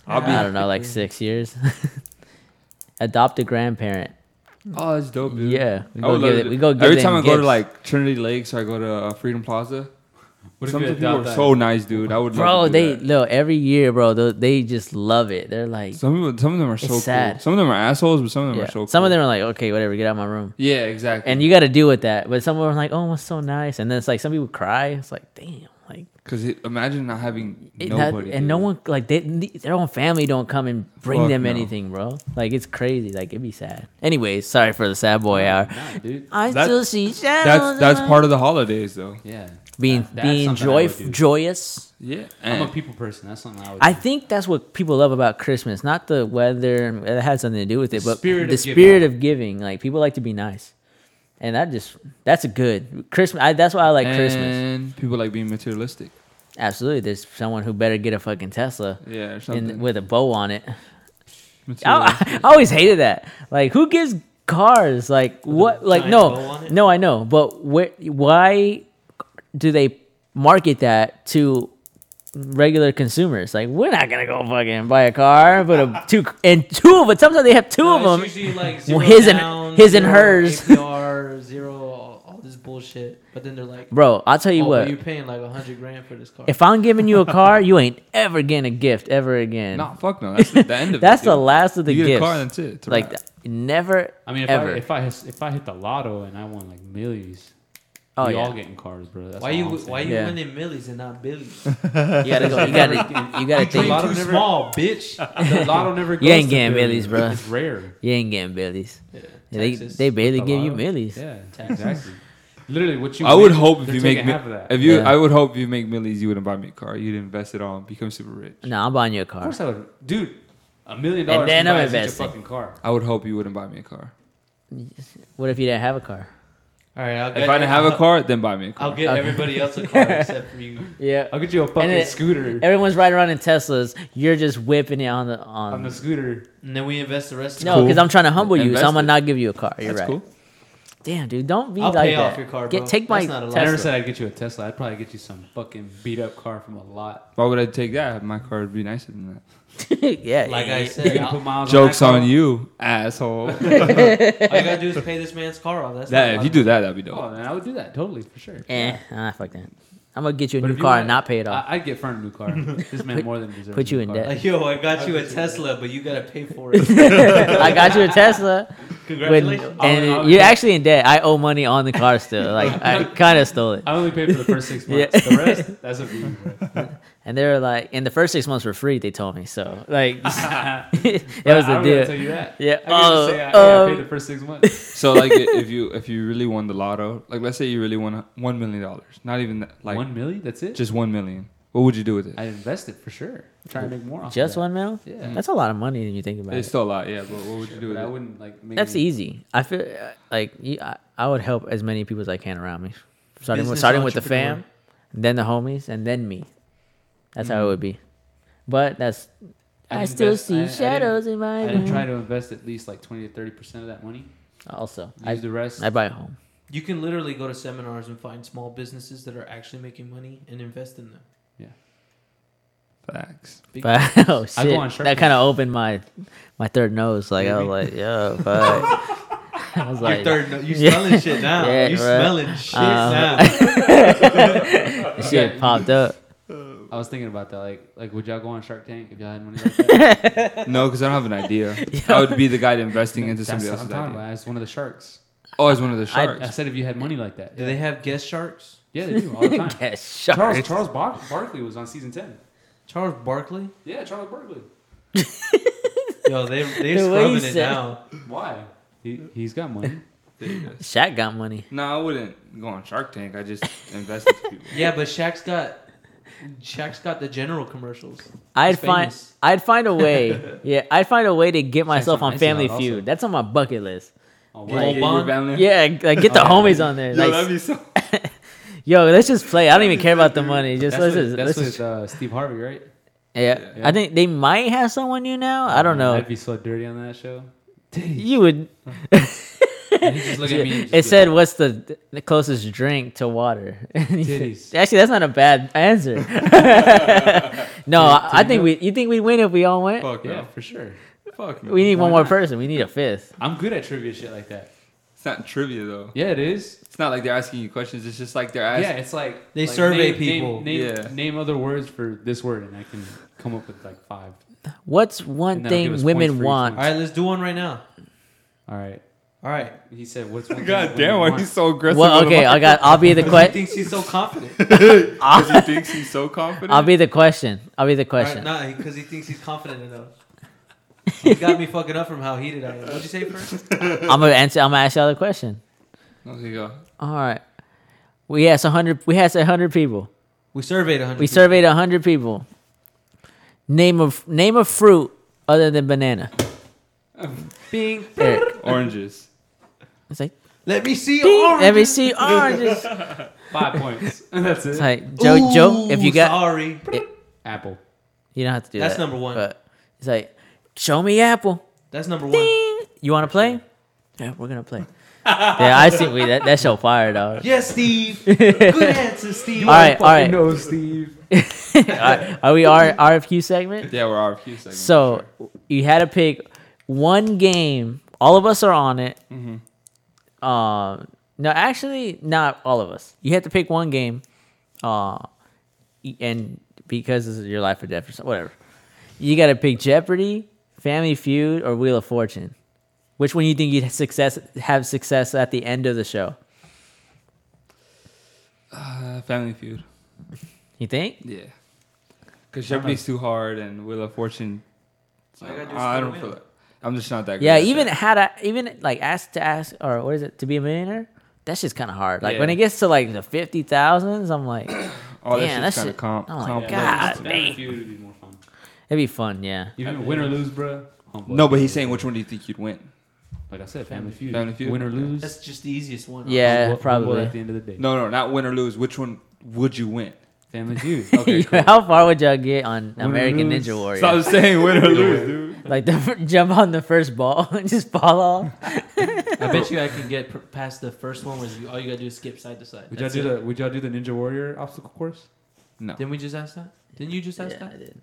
Speaker 3: I'll be-
Speaker 4: I don't know like six years. Adopt a grandparent.
Speaker 3: Oh, that's dope, dude.
Speaker 4: Yeah, we
Speaker 3: I
Speaker 4: go
Speaker 3: would
Speaker 4: give
Speaker 3: love to
Speaker 4: it.
Speaker 3: do-
Speaker 4: We go give
Speaker 3: Every
Speaker 4: them
Speaker 3: time I go to
Speaker 4: gifts.
Speaker 3: like Trinity Lakes or I go to uh, Freedom Plaza,
Speaker 1: What if
Speaker 3: some
Speaker 1: you
Speaker 3: people are
Speaker 1: adopt that?
Speaker 3: so nice, dude. I would.
Speaker 4: Bro,
Speaker 3: love to do
Speaker 4: they
Speaker 3: that.
Speaker 4: no every year, bro. tho- They just love it. They're like,
Speaker 3: Some people, some of them are so cool.
Speaker 4: sad.
Speaker 3: Some of them are assholes, but some of them
Speaker 4: yeah.
Speaker 3: are so. Cool.
Speaker 4: some of them are like, okay, whatever, get out of my room.
Speaker 3: Yeah, exactly.
Speaker 4: And you got to deal with that. But some of them are like, oh, it's so nice. And then it's like some people cry. It's like, damn, like
Speaker 3: because imagine not having
Speaker 4: it had-
Speaker 3: nobody
Speaker 4: and no
Speaker 3: dude.
Speaker 4: one like they, their own family don't come and bring
Speaker 3: Fuck
Speaker 4: them
Speaker 3: no.
Speaker 4: anything, bro. Like it's crazy. Like it'd be sad. Anyways, sorry for the sad
Speaker 3: Oh,
Speaker 4: boy hour.
Speaker 1: Nah, dude.
Speaker 4: I
Speaker 3: That-
Speaker 4: still see shadows.
Speaker 3: That's that's part of the holidays, though.
Speaker 1: Yeah,
Speaker 4: being
Speaker 1: That- that's
Speaker 4: being
Speaker 1: something I would
Speaker 4: joyf-
Speaker 1: do.
Speaker 4: joyous.
Speaker 3: Yeah,
Speaker 1: I'm a
Speaker 3: and
Speaker 1: people person. That's something I would.
Speaker 4: I
Speaker 1: do.
Speaker 4: think that's what people love about Christmas, not the weather. and It has something to do with it,
Speaker 1: The
Speaker 4: but
Speaker 1: spirit
Speaker 4: the
Speaker 1: of giving.
Speaker 4: spirit of giving. Like people like to be nice, and that just that's a good Christmas. I, that's why I like
Speaker 1: Eh.
Speaker 4: Christmas.
Speaker 3: and people like being materialistic.
Speaker 4: Absolutely, there's someone who better get a fucking Tesla
Speaker 3: Yeah, or something.
Speaker 4: in, with a bow on it.
Speaker 3: Materialistic.
Speaker 4: I, I always hated that. Like who gives cars? Like
Speaker 2: a
Speaker 4: what? Like
Speaker 2: giant bow on
Speaker 4: no,
Speaker 2: it?
Speaker 4: no, I know, but where? Why do they market that to regular consumers. Like we're not gonna go fucking buy a car, but a two and two of it. Sometimes they have two
Speaker 2: No,
Speaker 4: of
Speaker 2: it's
Speaker 4: them.
Speaker 2: Usually like
Speaker 4: Well,
Speaker 2: zero
Speaker 4: his and-
Speaker 2: down,
Speaker 4: his and
Speaker 2: zero
Speaker 4: hers.
Speaker 2: APR, zero all, all this bullshit. But then they're like,
Speaker 4: Bro, I'll tell you
Speaker 2: oh,
Speaker 4: what.
Speaker 2: but you're paying like a hundred grand for this car.
Speaker 4: if I'm giving you a car, you ain't ever getting a gift ever again.
Speaker 3: Nah, fuck no. That's the, the end of
Speaker 4: That's
Speaker 3: it.
Speaker 4: the
Speaker 3: dude.
Speaker 4: last of the
Speaker 3: You get a
Speaker 4: gifts.
Speaker 3: car and that's it. It's a
Speaker 4: like
Speaker 3: wrap.
Speaker 4: never.
Speaker 1: I mean, if
Speaker 4: ever.
Speaker 1: I if I if I hit the lotto and I won like millions,
Speaker 4: oh
Speaker 1: we
Speaker 4: yeah.
Speaker 1: all getting cars, bro. That's
Speaker 2: why
Speaker 1: all
Speaker 2: you
Speaker 1: I'm saying.
Speaker 2: why you
Speaker 4: Yeah.
Speaker 2: winning millies and not billies?
Speaker 4: You gotta go. You gotta. You gotta
Speaker 2: The
Speaker 4: think.
Speaker 2: lotto
Speaker 1: too
Speaker 2: never, small,
Speaker 1: small,
Speaker 2: bitch.
Speaker 1: the lotto never goes
Speaker 4: You ain't
Speaker 1: to
Speaker 4: getting millies,
Speaker 1: billions.
Speaker 4: bro.
Speaker 1: It's rare.
Speaker 4: You ain't getting billies.
Speaker 2: Yeah,
Speaker 4: They
Speaker 2: Texas.
Speaker 4: they barely
Speaker 1: The
Speaker 4: give you
Speaker 1: lotto.
Speaker 4: millies.
Speaker 1: Yeah, exactly. Literally, what you
Speaker 3: I would
Speaker 1: win,
Speaker 3: hope if
Speaker 1: they're
Speaker 3: you make
Speaker 1: taking
Speaker 3: mi-
Speaker 1: half of that.
Speaker 3: if you
Speaker 4: Yeah.
Speaker 3: I would hope if you make millies you wouldn't buy me a car you'd invest it all and become super rich
Speaker 4: No, I'm buying you a
Speaker 1: Of
Speaker 4: car.
Speaker 1: course I would, dude. A million dollars.
Speaker 4: then
Speaker 1: can
Speaker 4: I'm
Speaker 1: buy such a
Speaker 4: investing.
Speaker 1: Fucking car.
Speaker 3: I would hope you wouldn't buy me a car
Speaker 4: What if you didn't have a car?
Speaker 2: All right, I'll get,
Speaker 3: if I didn't have a car then buy me a
Speaker 2: I'll
Speaker 3: car
Speaker 2: get
Speaker 4: Okay.
Speaker 2: everybody else a car except for you.
Speaker 4: Yeah.
Speaker 1: I'll get you a fucking
Speaker 4: it-
Speaker 1: scooter.
Speaker 4: Everyone's riding around in Teslas. You're just whipping it on the on.
Speaker 1: on the scooter.
Speaker 2: And then we invest the rest.
Speaker 4: no,
Speaker 2: of
Speaker 4: because I'm trying to humble you, so
Speaker 3: Invest
Speaker 4: I'm gonna
Speaker 3: it.
Speaker 4: not give you a car. You're
Speaker 3: that's
Speaker 4: right.
Speaker 3: cool
Speaker 4: Damn, dude, don't be
Speaker 2: I'll
Speaker 4: like
Speaker 2: pay
Speaker 4: that.
Speaker 2: off your car,
Speaker 4: Get,
Speaker 2: bro.
Speaker 4: take my
Speaker 2: That's not a lot.
Speaker 1: I never
Speaker 4: Tesla.
Speaker 1: said I'd get you a Tesla. I'd probably get you some fucking beat up car from a lot.
Speaker 3: why would I take that my car would be nicer than that
Speaker 4: yeah,
Speaker 2: Like
Speaker 4: yeah,
Speaker 2: I
Speaker 4: yeah.
Speaker 1: You're
Speaker 2: said,
Speaker 1: gonna
Speaker 2: all
Speaker 1: put miles
Speaker 3: jokes
Speaker 1: on, that
Speaker 3: on
Speaker 1: car?
Speaker 3: you asshole
Speaker 2: all you gotta do is pay this man's car off. That's not a
Speaker 3: that if
Speaker 2: lot
Speaker 3: you
Speaker 2: of
Speaker 3: do that that'd be dope
Speaker 1: Oh, man, I would do that totally for sure.
Speaker 4: Eh, nah, fuck that. I'm gonna get you a
Speaker 1: But
Speaker 4: new
Speaker 1: if you
Speaker 4: car
Speaker 1: want-
Speaker 4: and not pay it off.
Speaker 1: I, I'd get Fern a new car. this man more than deserves.
Speaker 4: put
Speaker 1: a
Speaker 4: you
Speaker 1: new
Speaker 4: in
Speaker 1: car.
Speaker 4: debt.
Speaker 2: Like, yo, I got you a Tesla, but you gotta pay for
Speaker 4: I,
Speaker 2: it.
Speaker 4: got you a Tesla, when,
Speaker 2: Congratulations.
Speaker 4: and
Speaker 1: I would-
Speaker 4: you're actually in debt. I owe money on the car still. Like I kind of stole it,
Speaker 1: I only paid for the first six months.
Speaker 4: Yeah.
Speaker 1: The rest, that's a me.
Speaker 4: and they were like, and the first six months were free. They told me so. Like that
Speaker 1: that
Speaker 4: was the
Speaker 1: Tell
Speaker 4: deal.
Speaker 1: you that.
Speaker 4: Yeah.
Speaker 1: I can
Speaker 4: Oh,
Speaker 1: just say I, yeah, I
Speaker 4: um,
Speaker 1: paid the first six months.
Speaker 3: so like i- if you if you really won the lotto like let's say you really won a- one million dollars not even that, like
Speaker 1: one million. That's it.
Speaker 3: just one million what would you do with it
Speaker 1: I'd invest it for sure. Try to make more. Off
Speaker 4: Just
Speaker 1: of
Speaker 4: one mil?
Speaker 1: that. Yeah.
Speaker 4: That's a lot of money when you think about
Speaker 3: it's
Speaker 4: it.
Speaker 3: still a lot yeah but what would you do
Speaker 1: But
Speaker 3: with
Speaker 1: I
Speaker 3: it
Speaker 1: wouldn't like. Make
Speaker 4: That's
Speaker 1: any-
Speaker 4: easy. I feel uh, like you, I, I would help as many people as I can around me, starting with
Speaker 2: Business
Speaker 4: starting with the fam,
Speaker 2: entrepreneur.
Speaker 4: then the homies, and then me. That's how it would be. But that's
Speaker 1: I'd
Speaker 4: I, still
Speaker 1: invest- I- I
Speaker 4: see
Speaker 1: didn't-
Speaker 4: shadows in my
Speaker 1: I'd try
Speaker 4: room.
Speaker 1: to invest at least like twenty to thirty percent of that money.
Speaker 4: Also,
Speaker 1: Use
Speaker 4: I
Speaker 1: the rest.
Speaker 4: I buy a home.
Speaker 2: You can literally go to seminars and find small businesses that are actually making money and invest in them.
Speaker 3: facts
Speaker 1: Big-
Speaker 4: But oh shit,
Speaker 1: on Shark
Speaker 4: that kind of opened my my third nose. Like I was like, yo, fuck. I was like,
Speaker 2: Your third, no- you
Speaker 4: Yeah.
Speaker 2: smelling shit now.
Speaker 4: Yeah,
Speaker 2: you
Speaker 4: bruh.
Speaker 2: smelling shit
Speaker 4: Um,
Speaker 2: now.
Speaker 4: shit popped up.
Speaker 1: I was thinking about that. Like, like would y'all go on Shark Tank if y'all had money like that?
Speaker 3: no because I don't have an idea I would be the guy investing into
Speaker 1: That's
Speaker 3: somebody
Speaker 1: what I'm
Speaker 3: else's
Speaker 1: talking
Speaker 3: idea
Speaker 1: about. It's one of the sharks.
Speaker 3: oh it's one of the sharks
Speaker 1: I said if you had money like that.
Speaker 2: Do they have guest sharks?
Speaker 1: Yeah, they do all the time.
Speaker 4: Yes, sharks.
Speaker 1: Charles Charles Bar- Barkley was on season ten.
Speaker 2: Charles Barkley?
Speaker 1: Yeah, Charles Barkley.
Speaker 2: Yo, they,
Speaker 4: The
Speaker 2: they're
Speaker 4: way
Speaker 2: scrubbing
Speaker 4: he
Speaker 2: it
Speaker 4: said-
Speaker 2: now.
Speaker 1: Why? He he's got money.
Speaker 3: There you go.
Speaker 4: Shaq got money.
Speaker 3: No, I wouldn't go on Shark Tank. I just invest in people.
Speaker 2: Yeah, but Shaq's got Shaq's got the general commercials.
Speaker 4: I'd
Speaker 2: He's
Speaker 4: find
Speaker 2: famous.
Speaker 4: I'd find a way. yeah, I'd find a way to get myself
Speaker 1: on
Speaker 4: on Family
Speaker 1: Icy Hot
Speaker 4: Feud.
Speaker 1: also.
Speaker 4: That's on my bucket list.
Speaker 1: Oh,
Speaker 2: Yeah,
Speaker 1: wow.
Speaker 2: yeah, Obama?
Speaker 3: your family?
Speaker 4: Yeah, like get the
Speaker 2: Oh,
Speaker 4: homies on there.
Speaker 3: Yo,
Speaker 4: Like,
Speaker 3: that'd be so.
Speaker 4: yo, let's just play. I don't even care about the money. Just let's
Speaker 1: That's with,
Speaker 4: just,
Speaker 1: that's
Speaker 4: let's
Speaker 1: with
Speaker 4: just
Speaker 1: uh, Steve Harvey, right?
Speaker 4: yeah.
Speaker 1: yeah.
Speaker 4: I think they might have someone new now. I don't know.
Speaker 1: I'd be so dirty on that show.
Speaker 4: You would.
Speaker 1: just look at me. and just be
Speaker 4: It said, "What's the, the closest drink to water?" Actually,
Speaker 1: Titties.
Speaker 4: that's not a bad answer. no, I, I think we. You think we win if we all win?
Speaker 3: Fuck
Speaker 1: like,
Speaker 3: yeah.
Speaker 1: yeah, for sure.
Speaker 3: Fuck no.
Speaker 4: We need
Speaker 1: Why
Speaker 4: one more
Speaker 1: not?
Speaker 4: person. We need a fifth.
Speaker 1: I'm good at trivia shit like that.
Speaker 3: It's not trivia though.
Speaker 1: Yeah, it is.
Speaker 3: It's not like they're asking you questions. It's just like they're
Speaker 1: yeah,
Speaker 3: asking.
Speaker 1: it's like
Speaker 2: They
Speaker 1: like,
Speaker 2: survey
Speaker 1: name-
Speaker 2: people.
Speaker 1: Name, name,
Speaker 3: Yeah.
Speaker 1: name other words for this word, and I can come up with like five.
Speaker 4: What's one
Speaker 1: And that'll give
Speaker 4: thing
Speaker 1: us points
Speaker 4: women
Speaker 1: for each
Speaker 4: want?
Speaker 2: All right, let's do one right now.
Speaker 1: All right.
Speaker 2: All right.
Speaker 1: He said, "What's one thing
Speaker 3: God
Speaker 1: women
Speaker 3: damn, why
Speaker 1: want?"
Speaker 3: he's so aggressive?
Speaker 4: Well, okay, I got. I'll be the
Speaker 2: Because he
Speaker 4: question.
Speaker 2: thinks he's so confident.
Speaker 3: Because he thinks he's so confident.
Speaker 4: I'll be the question. I'll be the
Speaker 2: All right,
Speaker 4: question.
Speaker 2: nah, because he thinks he's confident enough. He got me fucking up from how heated I am. What'd you say first?
Speaker 4: I'm gonna answer. I'm gonna ask y'all the question.
Speaker 3: Okay, go.
Speaker 4: All right. We asked hundred. We asked hundred people.
Speaker 2: We surveyed 100.
Speaker 4: We
Speaker 2: people.
Speaker 4: surveyed hundred people. Name of name of fruit other than banana.
Speaker 2: Bing.
Speaker 4: There.
Speaker 3: Oranges.
Speaker 4: It's like
Speaker 2: Let me see
Speaker 4: ding,
Speaker 2: orange.
Speaker 4: every sea oranges.
Speaker 1: Five points. That's
Speaker 4: It's
Speaker 1: it.
Speaker 4: like Joe. Joe, if you got,
Speaker 2: sorry,
Speaker 1: Apple.
Speaker 4: you don't have to do
Speaker 2: That's
Speaker 4: that.
Speaker 2: number one.
Speaker 4: But it's like, show me apple.
Speaker 2: that's number one.
Speaker 4: Ding. You want to play? Yeah, we're gonna play. Yeah, I see. Wait, that that show fire dog.
Speaker 2: Yes, Steve. Good answer, Steve.
Speaker 4: All right, all right.
Speaker 1: No, Steve.
Speaker 4: Are, are we R- RFQ segment?
Speaker 3: Yeah, we're RFQ segment.
Speaker 4: So you had to pick one game. All of us are on it. Um, no, actually, not all of us. You had to pick one game, uh, y- and because this is your life or death or something, whatever, you got to pick Jeopardy, Family Feud, or Wheel of Fortune. Which one you think you'd success have success at the end of the show?
Speaker 3: uh, Family Feud.
Speaker 4: You think?
Speaker 3: Yeah. Because Jeopardy's too hard and Wheel of Fortune.
Speaker 2: All you gotta do is
Speaker 3: I
Speaker 2: spin a
Speaker 3: don't
Speaker 2: wheel.
Speaker 3: feel it. I'm just not that good.
Speaker 4: Yeah,
Speaker 3: at
Speaker 4: even
Speaker 3: that.
Speaker 4: how to even like ask to ask or what is it to be a millionaire? That's just kind of hard. Like when
Speaker 3: Yeah.
Speaker 4: it gets to like the fifty thousands, I'm like,
Speaker 3: all
Speaker 4: damn, that
Speaker 3: that shit's kind of
Speaker 4: shit-
Speaker 3: comp-
Speaker 4: oh my
Speaker 3: complex.
Speaker 4: God,
Speaker 1: Family
Speaker 4: man.
Speaker 1: Feud would be more fun.
Speaker 4: it'd be fun, yeah.
Speaker 1: Even win or lose, bro. Humble.
Speaker 3: No, but he's saying which one do you think you'd win?
Speaker 1: like I said, Family Feud.
Speaker 3: Family Feud.
Speaker 1: Win or lose.
Speaker 2: That's just the easiest one.
Speaker 4: Yeah.
Speaker 1: Humble- humble
Speaker 4: probably.
Speaker 1: At the end of the day,
Speaker 3: No, no, not win or lose. Which one would you win?
Speaker 1: Family Feud.
Speaker 3: Okay, cool. Mm-hmm.
Speaker 4: How far would y'all get on
Speaker 1: Win or
Speaker 4: American
Speaker 1: lose.
Speaker 4: Ninja Warrior?
Speaker 3: So I'm saying win or lose, dude.
Speaker 4: like the fir- jump on the first ball and just fall off.
Speaker 2: I bet you I can get pr- past the first one where you, all you gotta do is skip side to side.
Speaker 1: Would y'all
Speaker 2: That's
Speaker 1: do
Speaker 2: it.
Speaker 1: the Would y'all do the Ninja Warrior obstacle course?
Speaker 3: No.
Speaker 2: Didn't we just ask that? Didn't you just ask
Speaker 4: Yeah, I
Speaker 2: that?
Speaker 4: did.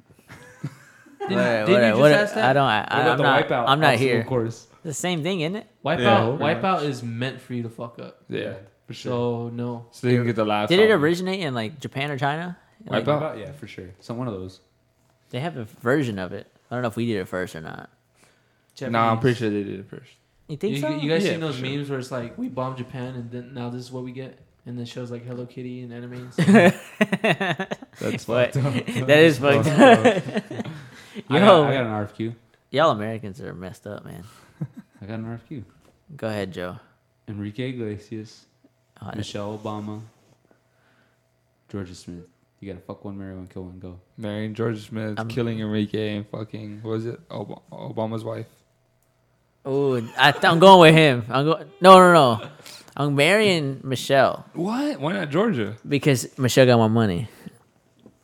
Speaker 2: Didn't,
Speaker 4: Whatever,
Speaker 2: didn't you
Speaker 4: whatever,
Speaker 2: just
Speaker 4: whatever.
Speaker 2: ask that?
Speaker 4: I don't. I,
Speaker 1: What about
Speaker 4: I, am
Speaker 1: the
Speaker 4: not.
Speaker 1: Wipeout
Speaker 4: I'm not
Speaker 1: obstacle
Speaker 4: here.
Speaker 1: Course.
Speaker 4: The same thing, isn't it?
Speaker 2: Wipeout.
Speaker 3: Yeah,
Speaker 1: pretty
Speaker 2: wipeout is meant for you to fuck up.
Speaker 3: Yeah,
Speaker 1: for sure.
Speaker 2: So no.
Speaker 3: So you can get the last.
Speaker 4: Did it originate in like Japan or China? Like,
Speaker 3: Wipeout?
Speaker 1: Wipeout, yeah, for sure. Some one of those.
Speaker 4: They have a version of it. I don't know if we did it first or not.
Speaker 3: No, I'm pretty sure they did it first.
Speaker 4: You think
Speaker 2: You,
Speaker 4: so?
Speaker 2: you guys
Speaker 3: Yeah,
Speaker 2: seen those
Speaker 3: for sure.
Speaker 2: memes where it's like we bombed Japan and then now this is what we get, and then shows like Hello Kitty and anime. And stuff.
Speaker 3: That's
Speaker 4: But-
Speaker 3: fucked up.
Speaker 4: that is fucked up.
Speaker 1: I,
Speaker 4: Yo.
Speaker 1: got, I got an RFQ.
Speaker 4: Y'all Americans are messed up, man.
Speaker 1: I got an RFQ.
Speaker 4: Go ahead, Joe.
Speaker 1: Enrique Iglesias,
Speaker 4: Oh, I-
Speaker 1: Michelle Obama, Georgia Smith. You gotta fuck one, marry one, kill one, go.
Speaker 3: Marrying George Smith,
Speaker 4: I'm-
Speaker 3: killing Enrique, and fucking what was it? Ob- Obama's wife.
Speaker 4: Oh, I th- I'm going with him. I'm going. No, no, no. I'm marrying Michelle
Speaker 3: What? Why not Georgia?
Speaker 4: because Michelle got my money.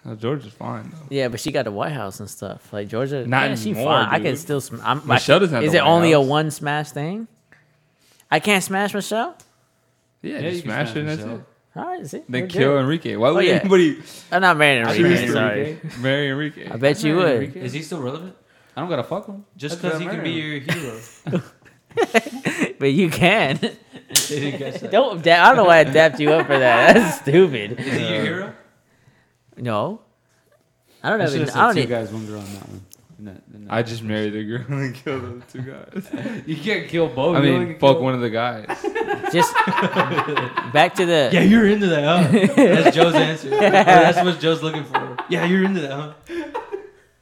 Speaker 3: No, Georgia's fine though.
Speaker 4: Yeah, but she got the White House and stuff. Like Georgia,
Speaker 3: Not
Speaker 4: yeah, she
Speaker 3: anymore,
Speaker 4: fine. I
Speaker 3: dude.
Speaker 4: can still. Sm- I'm,
Speaker 3: Michelle doesn't have
Speaker 4: Is
Speaker 3: the
Speaker 4: it
Speaker 3: White
Speaker 4: only a
Speaker 3: House.
Speaker 4: one smash thing? I can't smash Michelle.
Speaker 3: Yeah,
Speaker 1: you
Speaker 3: just
Speaker 1: can
Speaker 3: smash
Speaker 1: smash
Speaker 3: it. And that's
Speaker 1: Michelle.
Speaker 3: it.
Speaker 4: All right, see.
Speaker 3: Then
Speaker 4: we're
Speaker 3: kill
Speaker 4: good. Oh,
Speaker 3: Enrique. Why would
Speaker 4: yeah.
Speaker 3: anybody
Speaker 4: I'm not marrying
Speaker 1: I
Speaker 4: Enrique.
Speaker 1: married
Speaker 4: Sorry,
Speaker 1: Enrique.
Speaker 3: marry Enrique?
Speaker 4: I bet you would.
Speaker 1: Enrique.
Speaker 2: is he still relevant?
Speaker 1: I don't gotta fuck him.
Speaker 2: Just
Speaker 1: That's
Speaker 2: because
Speaker 1: what
Speaker 2: he
Speaker 1: I
Speaker 2: can be
Speaker 1: married
Speaker 2: your hero.
Speaker 4: But you can.
Speaker 2: they didn't catch that.
Speaker 4: Don't. da- I don't know why I dapped you up for that. That's stupid.
Speaker 2: Is he your hero?
Speaker 4: No. I don't
Speaker 1: I
Speaker 4: have.
Speaker 1: should
Speaker 4: any-
Speaker 1: have
Speaker 4: I
Speaker 1: said
Speaker 4: don't
Speaker 1: two
Speaker 4: need.
Speaker 1: guys, one girl on that one. In that, in that.
Speaker 3: I just married the girl and killed the two guys.
Speaker 1: you can't kill both.
Speaker 3: I
Speaker 1: You only
Speaker 3: mean,
Speaker 1: can
Speaker 3: fuck
Speaker 1: kill-
Speaker 3: one of the guys.
Speaker 4: Just back to the.
Speaker 2: Yeah, you're into that, huh? That's Joe's answer. Or That's what Joe's looking for. Yeah, you're into that, huh?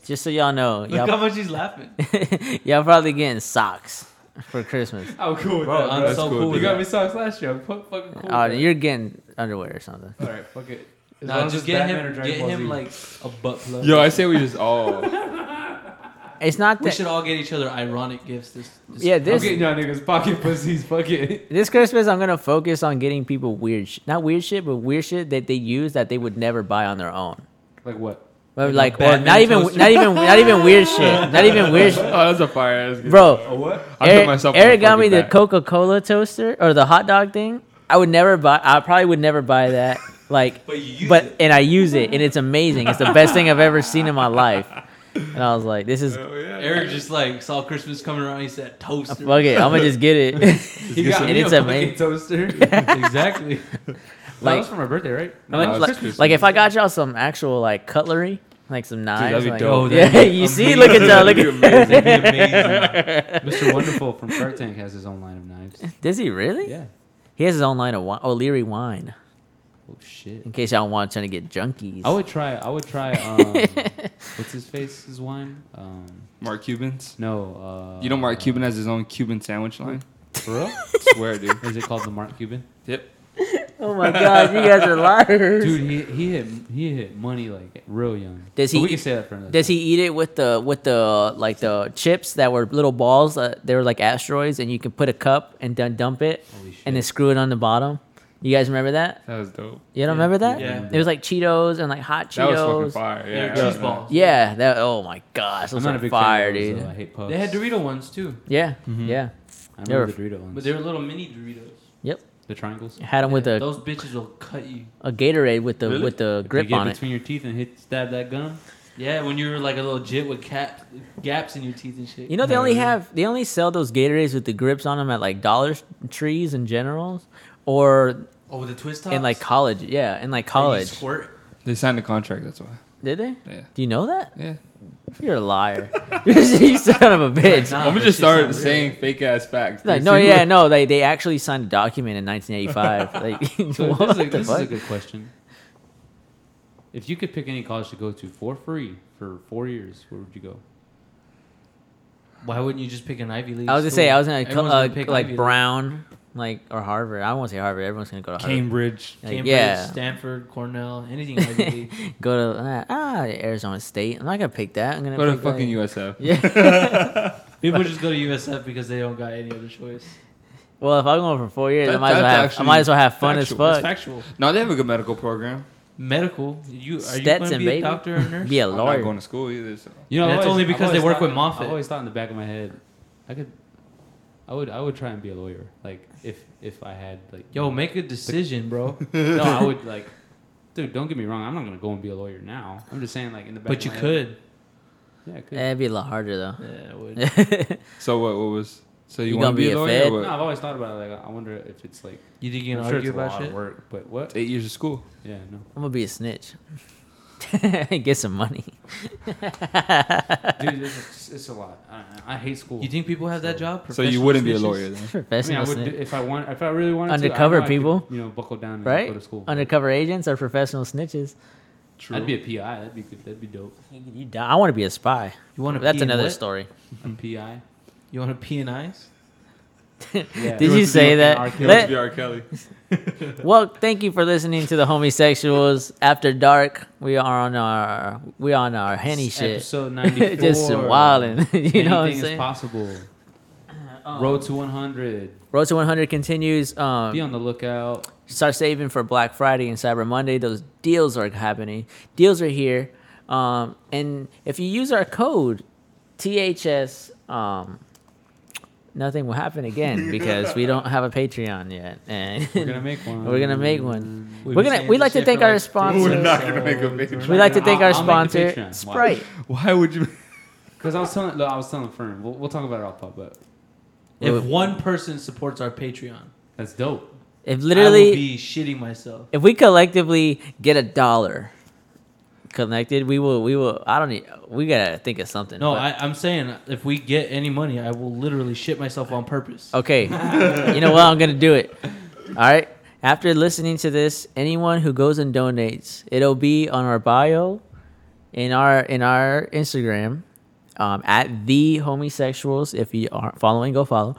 Speaker 4: Just so y'all know,
Speaker 2: Look
Speaker 4: y'all,
Speaker 2: how much he's laughing.
Speaker 4: y'all probably getting socks for Christmas.
Speaker 1: I'm cool with
Speaker 2: Bro,
Speaker 1: that.
Speaker 2: I'm
Speaker 1: bro.
Speaker 3: That's
Speaker 2: so
Speaker 3: cool,
Speaker 2: cool.
Speaker 3: dude.
Speaker 2: with
Speaker 1: you got
Speaker 2: that.
Speaker 1: me socks last year. I'm fu- fucking cool.
Speaker 4: Oh,
Speaker 1: with
Speaker 4: you're getting underwear or something.
Speaker 1: that. All right, fuck it. As long
Speaker 2: Nah,
Speaker 1: as
Speaker 2: just
Speaker 1: it's
Speaker 2: get
Speaker 1: Batman or
Speaker 2: him,
Speaker 1: Dragon
Speaker 2: get
Speaker 1: Ball
Speaker 2: him
Speaker 1: Z.
Speaker 2: like a butt plug.
Speaker 3: Yo, I say we just oh. all.
Speaker 4: It's not
Speaker 2: we
Speaker 4: that.
Speaker 2: should all get each other ironic gifts. This, this
Speaker 4: Yeah,
Speaker 1: I'm
Speaker 4: this
Speaker 1: getting y'all niggas pocket pussies. Fuck it.
Speaker 4: this Christmas I'm gonna focus on getting people weird, sh- not weird shit, but weird shit that they use that they would never buy on their own.
Speaker 1: Like what?
Speaker 4: But
Speaker 2: Like
Speaker 4: like,
Speaker 2: a
Speaker 4: or
Speaker 2: Batman
Speaker 4: not even,
Speaker 2: toaster.
Speaker 4: not even, not even weird shit. Not even weird, sh-
Speaker 3: Oh, that's a fire ass.
Speaker 4: bro.
Speaker 1: what?
Speaker 3: I put
Speaker 4: Eric,
Speaker 3: myself. on
Speaker 4: Eric got
Speaker 3: fucking
Speaker 4: me the
Speaker 3: back.
Speaker 4: Coca Cola toaster or the hot dog thing. I would never buy. I probably would never buy that. Like,
Speaker 2: But you use
Speaker 4: but
Speaker 2: it.
Speaker 4: and I use it, and it's amazing. It's the best thing I've ever seen in my life. And I was like, this is
Speaker 3: Oh, yeah.
Speaker 2: Eric just like saw Christmas coming around. He said toaster.
Speaker 4: fuck it. I'm gonna just get it.
Speaker 1: He got
Speaker 4: And
Speaker 1: me
Speaker 4: it's
Speaker 1: a
Speaker 4: amazing.
Speaker 1: fucking toaster.
Speaker 2: exactly.
Speaker 1: that
Speaker 4: Like-
Speaker 1: was for my birthday, right?
Speaker 3: No,
Speaker 4: like,
Speaker 3: it's
Speaker 4: like-
Speaker 3: Christmas.
Speaker 4: like, if I got y'all some actual like cutlery, like some knives,
Speaker 3: that'd be
Speaker 4: like,
Speaker 3: dope.
Speaker 4: yeah,
Speaker 2: That'd be
Speaker 4: you see,
Speaker 2: amazing.
Speaker 4: look at y'all,
Speaker 3: That'd
Speaker 4: look
Speaker 3: be
Speaker 4: at.
Speaker 3: amazing.
Speaker 2: It'd be amazing.
Speaker 1: Mr. Wonderful from Shark Tank has his own line of knives.
Speaker 4: Does he really?
Speaker 1: Yeah.
Speaker 4: He has his own line of wine, O'Leary wine,
Speaker 1: Oh shit.
Speaker 4: in case y'all want trying to get junkies.
Speaker 1: I would try. I would try. Um, what's his face? His wine? Um,
Speaker 3: Mark Cuban's.
Speaker 1: no. Uh,
Speaker 3: You know Mark Cuban has his own Cuban sandwich line.
Speaker 1: For real?
Speaker 3: Swear, dude.
Speaker 1: Is it called the Mark Cuban?
Speaker 3: Yep.
Speaker 4: oh my god, you guys are liars.
Speaker 1: Dude, he he hit he hit money like real young.
Speaker 4: Does
Speaker 1: But
Speaker 4: he-
Speaker 1: We can say that for another.
Speaker 4: Does
Speaker 1: time.
Speaker 4: he eat it with the with the like the chips that were little balls that they were like asteroids and you can put a cup and then dump it
Speaker 1: Holy shit.
Speaker 4: and then screw it on the bottom? You guys remember that?
Speaker 3: That was dope.
Speaker 4: You don't remember that?
Speaker 2: Yeah.
Speaker 4: It was like Cheetos and like hot
Speaker 3: That was fucking
Speaker 4: Cheetos.
Speaker 3: fire. Yeah.
Speaker 2: Yeah,
Speaker 3: I
Speaker 2: cheese
Speaker 3: remember
Speaker 2: balls.
Speaker 4: yeah, that oh my gosh,
Speaker 1: I'm
Speaker 4: those
Speaker 1: not
Speaker 4: are
Speaker 1: a big
Speaker 4: fire,
Speaker 1: fan of those, mm-hmm.
Speaker 4: dude.
Speaker 1: though. I hate pubs.
Speaker 2: They had Dorito ones too.
Speaker 4: Yeah, yeah.
Speaker 1: I
Speaker 4: They were-
Speaker 1: remember the Dorito ones.
Speaker 2: But they were little mini Doritos.
Speaker 1: the triangles.
Speaker 4: Had them with
Speaker 2: Yeah,
Speaker 4: a,
Speaker 2: those bitches will cut you.
Speaker 4: a Gatorade with the
Speaker 2: Really?
Speaker 4: with the
Speaker 1: If
Speaker 4: grip
Speaker 1: you get
Speaker 4: on it.
Speaker 1: between your teeth and hit stab that gum.
Speaker 2: Yeah, when you were like a little jit with cap gaps in your teeth and shit.
Speaker 4: You know they
Speaker 1: No,
Speaker 4: only
Speaker 1: yeah.
Speaker 4: have they only sell those Gatorades with the grips on them at like Dollar Trees in general, or
Speaker 2: oh, with the twist tops
Speaker 4: in like college. Yeah, in like
Speaker 2: That you
Speaker 4: college.
Speaker 2: squirt.
Speaker 3: They signed a contract. That's why.
Speaker 4: Did they?
Speaker 3: Yeah.
Speaker 4: Do you know that?
Speaker 3: Yeah.
Speaker 4: You're a liar. you son of a bitch.
Speaker 2: Nah,
Speaker 3: I'm
Speaker 2: that
Speaker 3: gonna just
Speaker 2: shit's not
Speaker 3: start
Speaker 2: real.
Speaker 3: saying fake ass facts.
Speaker 4: Like,
Speaker 3: dude.
Speaker 4: no,
Speaker 3: See
Speaker 4: yeah,
Speaker 3: what-
Speaker 4: no. They they actually signed a document in 1985. Like,
Speaker 1: So
Speaker 4: what
Speaker 1: this, is a,
Speaker 4: the
Speaker 1: this is
Speaker 4: fuck?
Speaker 1: a good question. If you could pick any college to go to for free for four years, where would you go?
Speaker 2: Why wouldn't you just pick an Ivy League?
Speaker 4: I was gonna say
Speaker 2: school?
Speaker 4: I was gonna,
Speaker 2: Everyone's
Speaker 4: uh,
Speaker 2: gonna pick Ivy
Speaker 4: like
Speaker 2: League.
Speaker 4: Brown, like or Harvard. I won't say Harvard. Everyone's gonna go to Harvard.
Speaker 3: Cambridge.
Speaker 4: Like,
Speaker 2: Cambridge,
Speaker 4: yeah,
Speaker 2: Stanford, Cornell, anything Ivy League.
Speaker 4: go to uh, ah Arizona State. I'm not gonna pick that. I'm gonna
Speaker 3: Go to
Speaker 4: pick, like-
Speaker 3: fucking USF.
Speaker 4: Yeah.
Speaker 2: People just go to USF because they don't got any other choice.
Speaker 4: well, if I'm going for four years, I
Speaker 3: That-
Speaker 4: might as well
Speaker 3: that's
Speaker 4: have. I
Speaker 3: actually
Speaker 4: might as well have fun
Speaker 3: factual.
Speaker 4: as fuck.
Speaker 2: It's factual.
Speaker 3: No, they have a good medical program.
Speaker 2: Medical. You are you going to
Speaker 4: Stetson,
Speaker 2: be
Speaker 4: baby.
Speaker 2: a doctor or a nurse?
Speaker 4: Be a
Speaker 3: I'm not
Speaker 4: lawyer.
Speaker 3: going to school either. So.
Speaker 1: You know,
Speaker 2: That's
Speaker 1: I've
Speaker 2: only
Speaker 1: I've
Speaker 2: because they work
Speaker 1: thought-
Speaker 2: with Moffitt.
Speaker 1: I always thought in the back of my head, I could, I would, I would try and be a lawyer. Like if if I had like
Speaker 2: Yo, make a decision, bro.
Speaker 1: no, I would like, dude. Don't get me wrong. I'm not gonna go and be a lawyer now. I'm just saying like in the back.
Speaker 2: But
Speaker 1: of
Speaker 2: you
Speaker 1: my
Speaker 2: could.
Speaker 1: Head, yeah, I could.
Speaker 4: Eh, It'd be a lot harder though.
Speaker 2: Yeah, I would.
Speaker 3: So what? What was? So you,
Speaker 4: You
Speaker 3: want
Speaker 4: gonna
Speaker 3: to be
Speaker 4: be
Speaker 3: a
Speaker 4: a
Speaker 3: lawyer?
Speaker 4: fed?
Speaker 3: Or
Speaker 1: no,
Speaker 3: what?
Speaker 1: I've always thought about it. Like I wonder if it's like
Speaker 2: You think you can
Speaker 1: I'm sure it's
Speaker 2: argue
Speaker 1: a
Speaker 2: about
Speaker 1: lot
Speaker 2: shit?
Speaker 1: of work, but
Speaker 3: It's
Speaker 1: what?
Speaker 3: Eight years of school.
Speaker 1: Yeah, no.
Speaker 4: I'm gonna be a snitch. Get some money.
Speaker 1: Dude, it's, just, it's a lot. I, don't know. I hate school.
Speaker 2: You think people have that job?
Speaker 3: So you
Speaker 2: Professional
Speaker 3: wouldn't be a
Speaker 2: snitches?
Speaker 3: lawyer then.
Speaker 1: I mean,
Speaker 4: Professional
Speaker 1: I would
Speaker 4: snitch.
Speaker 1: do- if I want, if I really wanted
Speaker 4: Undercover
Speaker 1: to, I know I
Speaker 4: people.
Speaker 1: could, you know, buckle down and
Speaker 4: Right?
Speaker 1: go to school.
Speaker 4: Undercover agents are professional snitches.
Speaker 3: True.
Speaker 1: I'd be a PI. That'd be good. That'd be dope.
Speaker 4: You, you die- I want to be a spy.
Speaker 2: You want to?
Speaker 4: That's
Speaker 2: pee in
Speaker 4: another
Speaker 2: what?
Speaker 4: story.
Speaker 1: A PI.
Speaker 2: You want to pee in eyes?
Speaker 1: Yeah.
Speaker 4: Did
Speaker 3: wants
Speaker 4: you
Speaker 3: to be
Speaker 4: say
Speaker 1: an
Speaker 4: that?
Speaker 1: archaeologist.
Speaker 3: He wants to
Speaker 4: Let-
Speaker 3: be R. Kelly.
Speaker 4: well, thank you for listening to the homosexuals after dark. We are on our we on our henny shit.
Speaker 1: Episode ninety-four.
Speaker 4: Just wilding. you know what I'm
Speaker 1: Anything is
Speaker 4: saying?
Speaker 1: possible. Road to 100.
Speaker 4: Um, Road to 100 continues.
Speaker 1: Be
Speaker 4: Um,
Speaker 1: on the lookout.
Speaker 4: start saving for Black Friday and Cyber Monday. Those deals are happening. Deals are here. Um, and if you use our code THS, um, nothing will happen again because we don't have a Patreon yet. And
Speaker 1: We're gonna make one.
Speaker 4: We're gonna make one.
Speaker 2: We've
Speaker 4: We're
Speaker 2: been
Speaker 4: gonna-
Speaker 2: saying
Speaker 4: we'd
Speaker 2: this
Speaker 4: like to
Speaker 2: shit
Speaker 4: thank
Speaker 2: for,
Speaker 4: our
Speaker 2: like, two
Speaker 4: sponsors.
Speaker 3: We're not gonna make a
Speaker 2: episodes.
Speaker 3: big-
Speaker 4: We'd like to thank
Speaker 1: I'll-
Speaker 4: our
Speaker 1: I'll make the Patreon.
Speaker 4: sponsor,
Speaker 1: Why?
Speaker 4: Sprite.
Speaker 3: Why would you?
Speaker 1: Because I was telling, look, I was telling Fern. We'll, we'll talk about it off pop, but
Speaker 2: If one person supports our Patreon,
Speaker 1: that's dope.
Speaker 4: If
Speaker 2: literally, I
Speaker 4: literally,
Speaker 2: will be shitting myself.
Speaker 4: if we collectively get a dollar connected, we will, we will. I don't. e- We gotta think of something.
Speaker 2: No,
Speaker 4: but-
Speaker 2: I, I'm saying if we get any money, I will literally shit myself on purpose.
Speaker 4: Okay. you know what? I'm going to do it. All right. After listening to this, anyone who goes and donates, it'll be on our bio, in our in our Instagram, um, at the homosexuals. If you aren't following, go follow.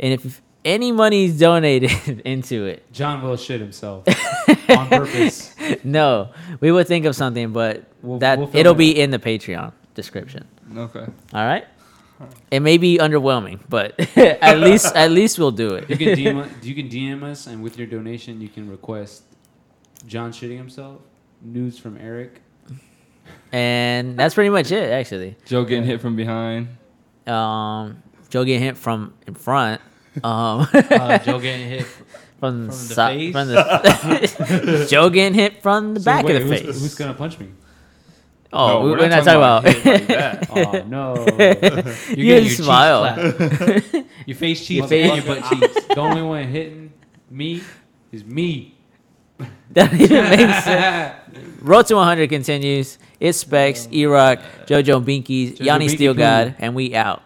Speaker 4: And if any money's donated into it,
Speaker 1: John will shit himself on purpose.
Speaker 4: no, we will think of something, but
Speaker 1: We'll-
Speaker 4: that
Speaker 1: we'll fill
Speaker 4: it'll
Speaker 1: it
Speaker 4: be in the Patreon description.
Speaker 3: Okay.
Speaker 4: All right. It may be underwhelming, but at least at least we'll do it.
Speaker 1: You can DM, u- you can DM us, and with your donation, you can request John shitting himself, news from Eric,
Speaker 4: And that's pretty much it, actually.
Speaker 3: Joe getting hit from behind.
Speaker 4: Um, Joe getting hit from in front. Um,
Speaker 2: Uh, Joe getting hit.
Speaker 4: from the
Speaker 2: From the
Speaker 4: side.
Speaker 2: face?
Speaker 4: From the Joe getting hit from the
Speaker 1: So
Speaker 4: back
Speaker 1: wait,
Speaker 4: of the
Speaker 1: who's,
Speaker 4: face.
Speaker 1: Who's gonna punch me?
Speaker 4: oh,
Speaker 3: No,
Speaker 4: we- we're, not talking about.
Speaker 3: hit like
Speaker 1: Oh no!
Speaker 2: You're
Speaker 4: you
Speaker 2: getting
Speaker 4: didn't
Speaker 2: your cheeks
Speaker 4: smile.
Speaker 2: clapped. your face cheeks
Speaker 4: face-
Speaker 2: and your butt cheeks.
Speaker 1: the only one hitting me is me.
Speaker 4: That even makes sense. Road to 100 continues. It's Specs, E Rock, JoJo Binkies,
Speaker 1: Jojo
Speaker 4: Yanni
Speaker 1: Binky
Speaker 4: Steel
Speaker 1: Poo.
Speaker 4: God, and we out.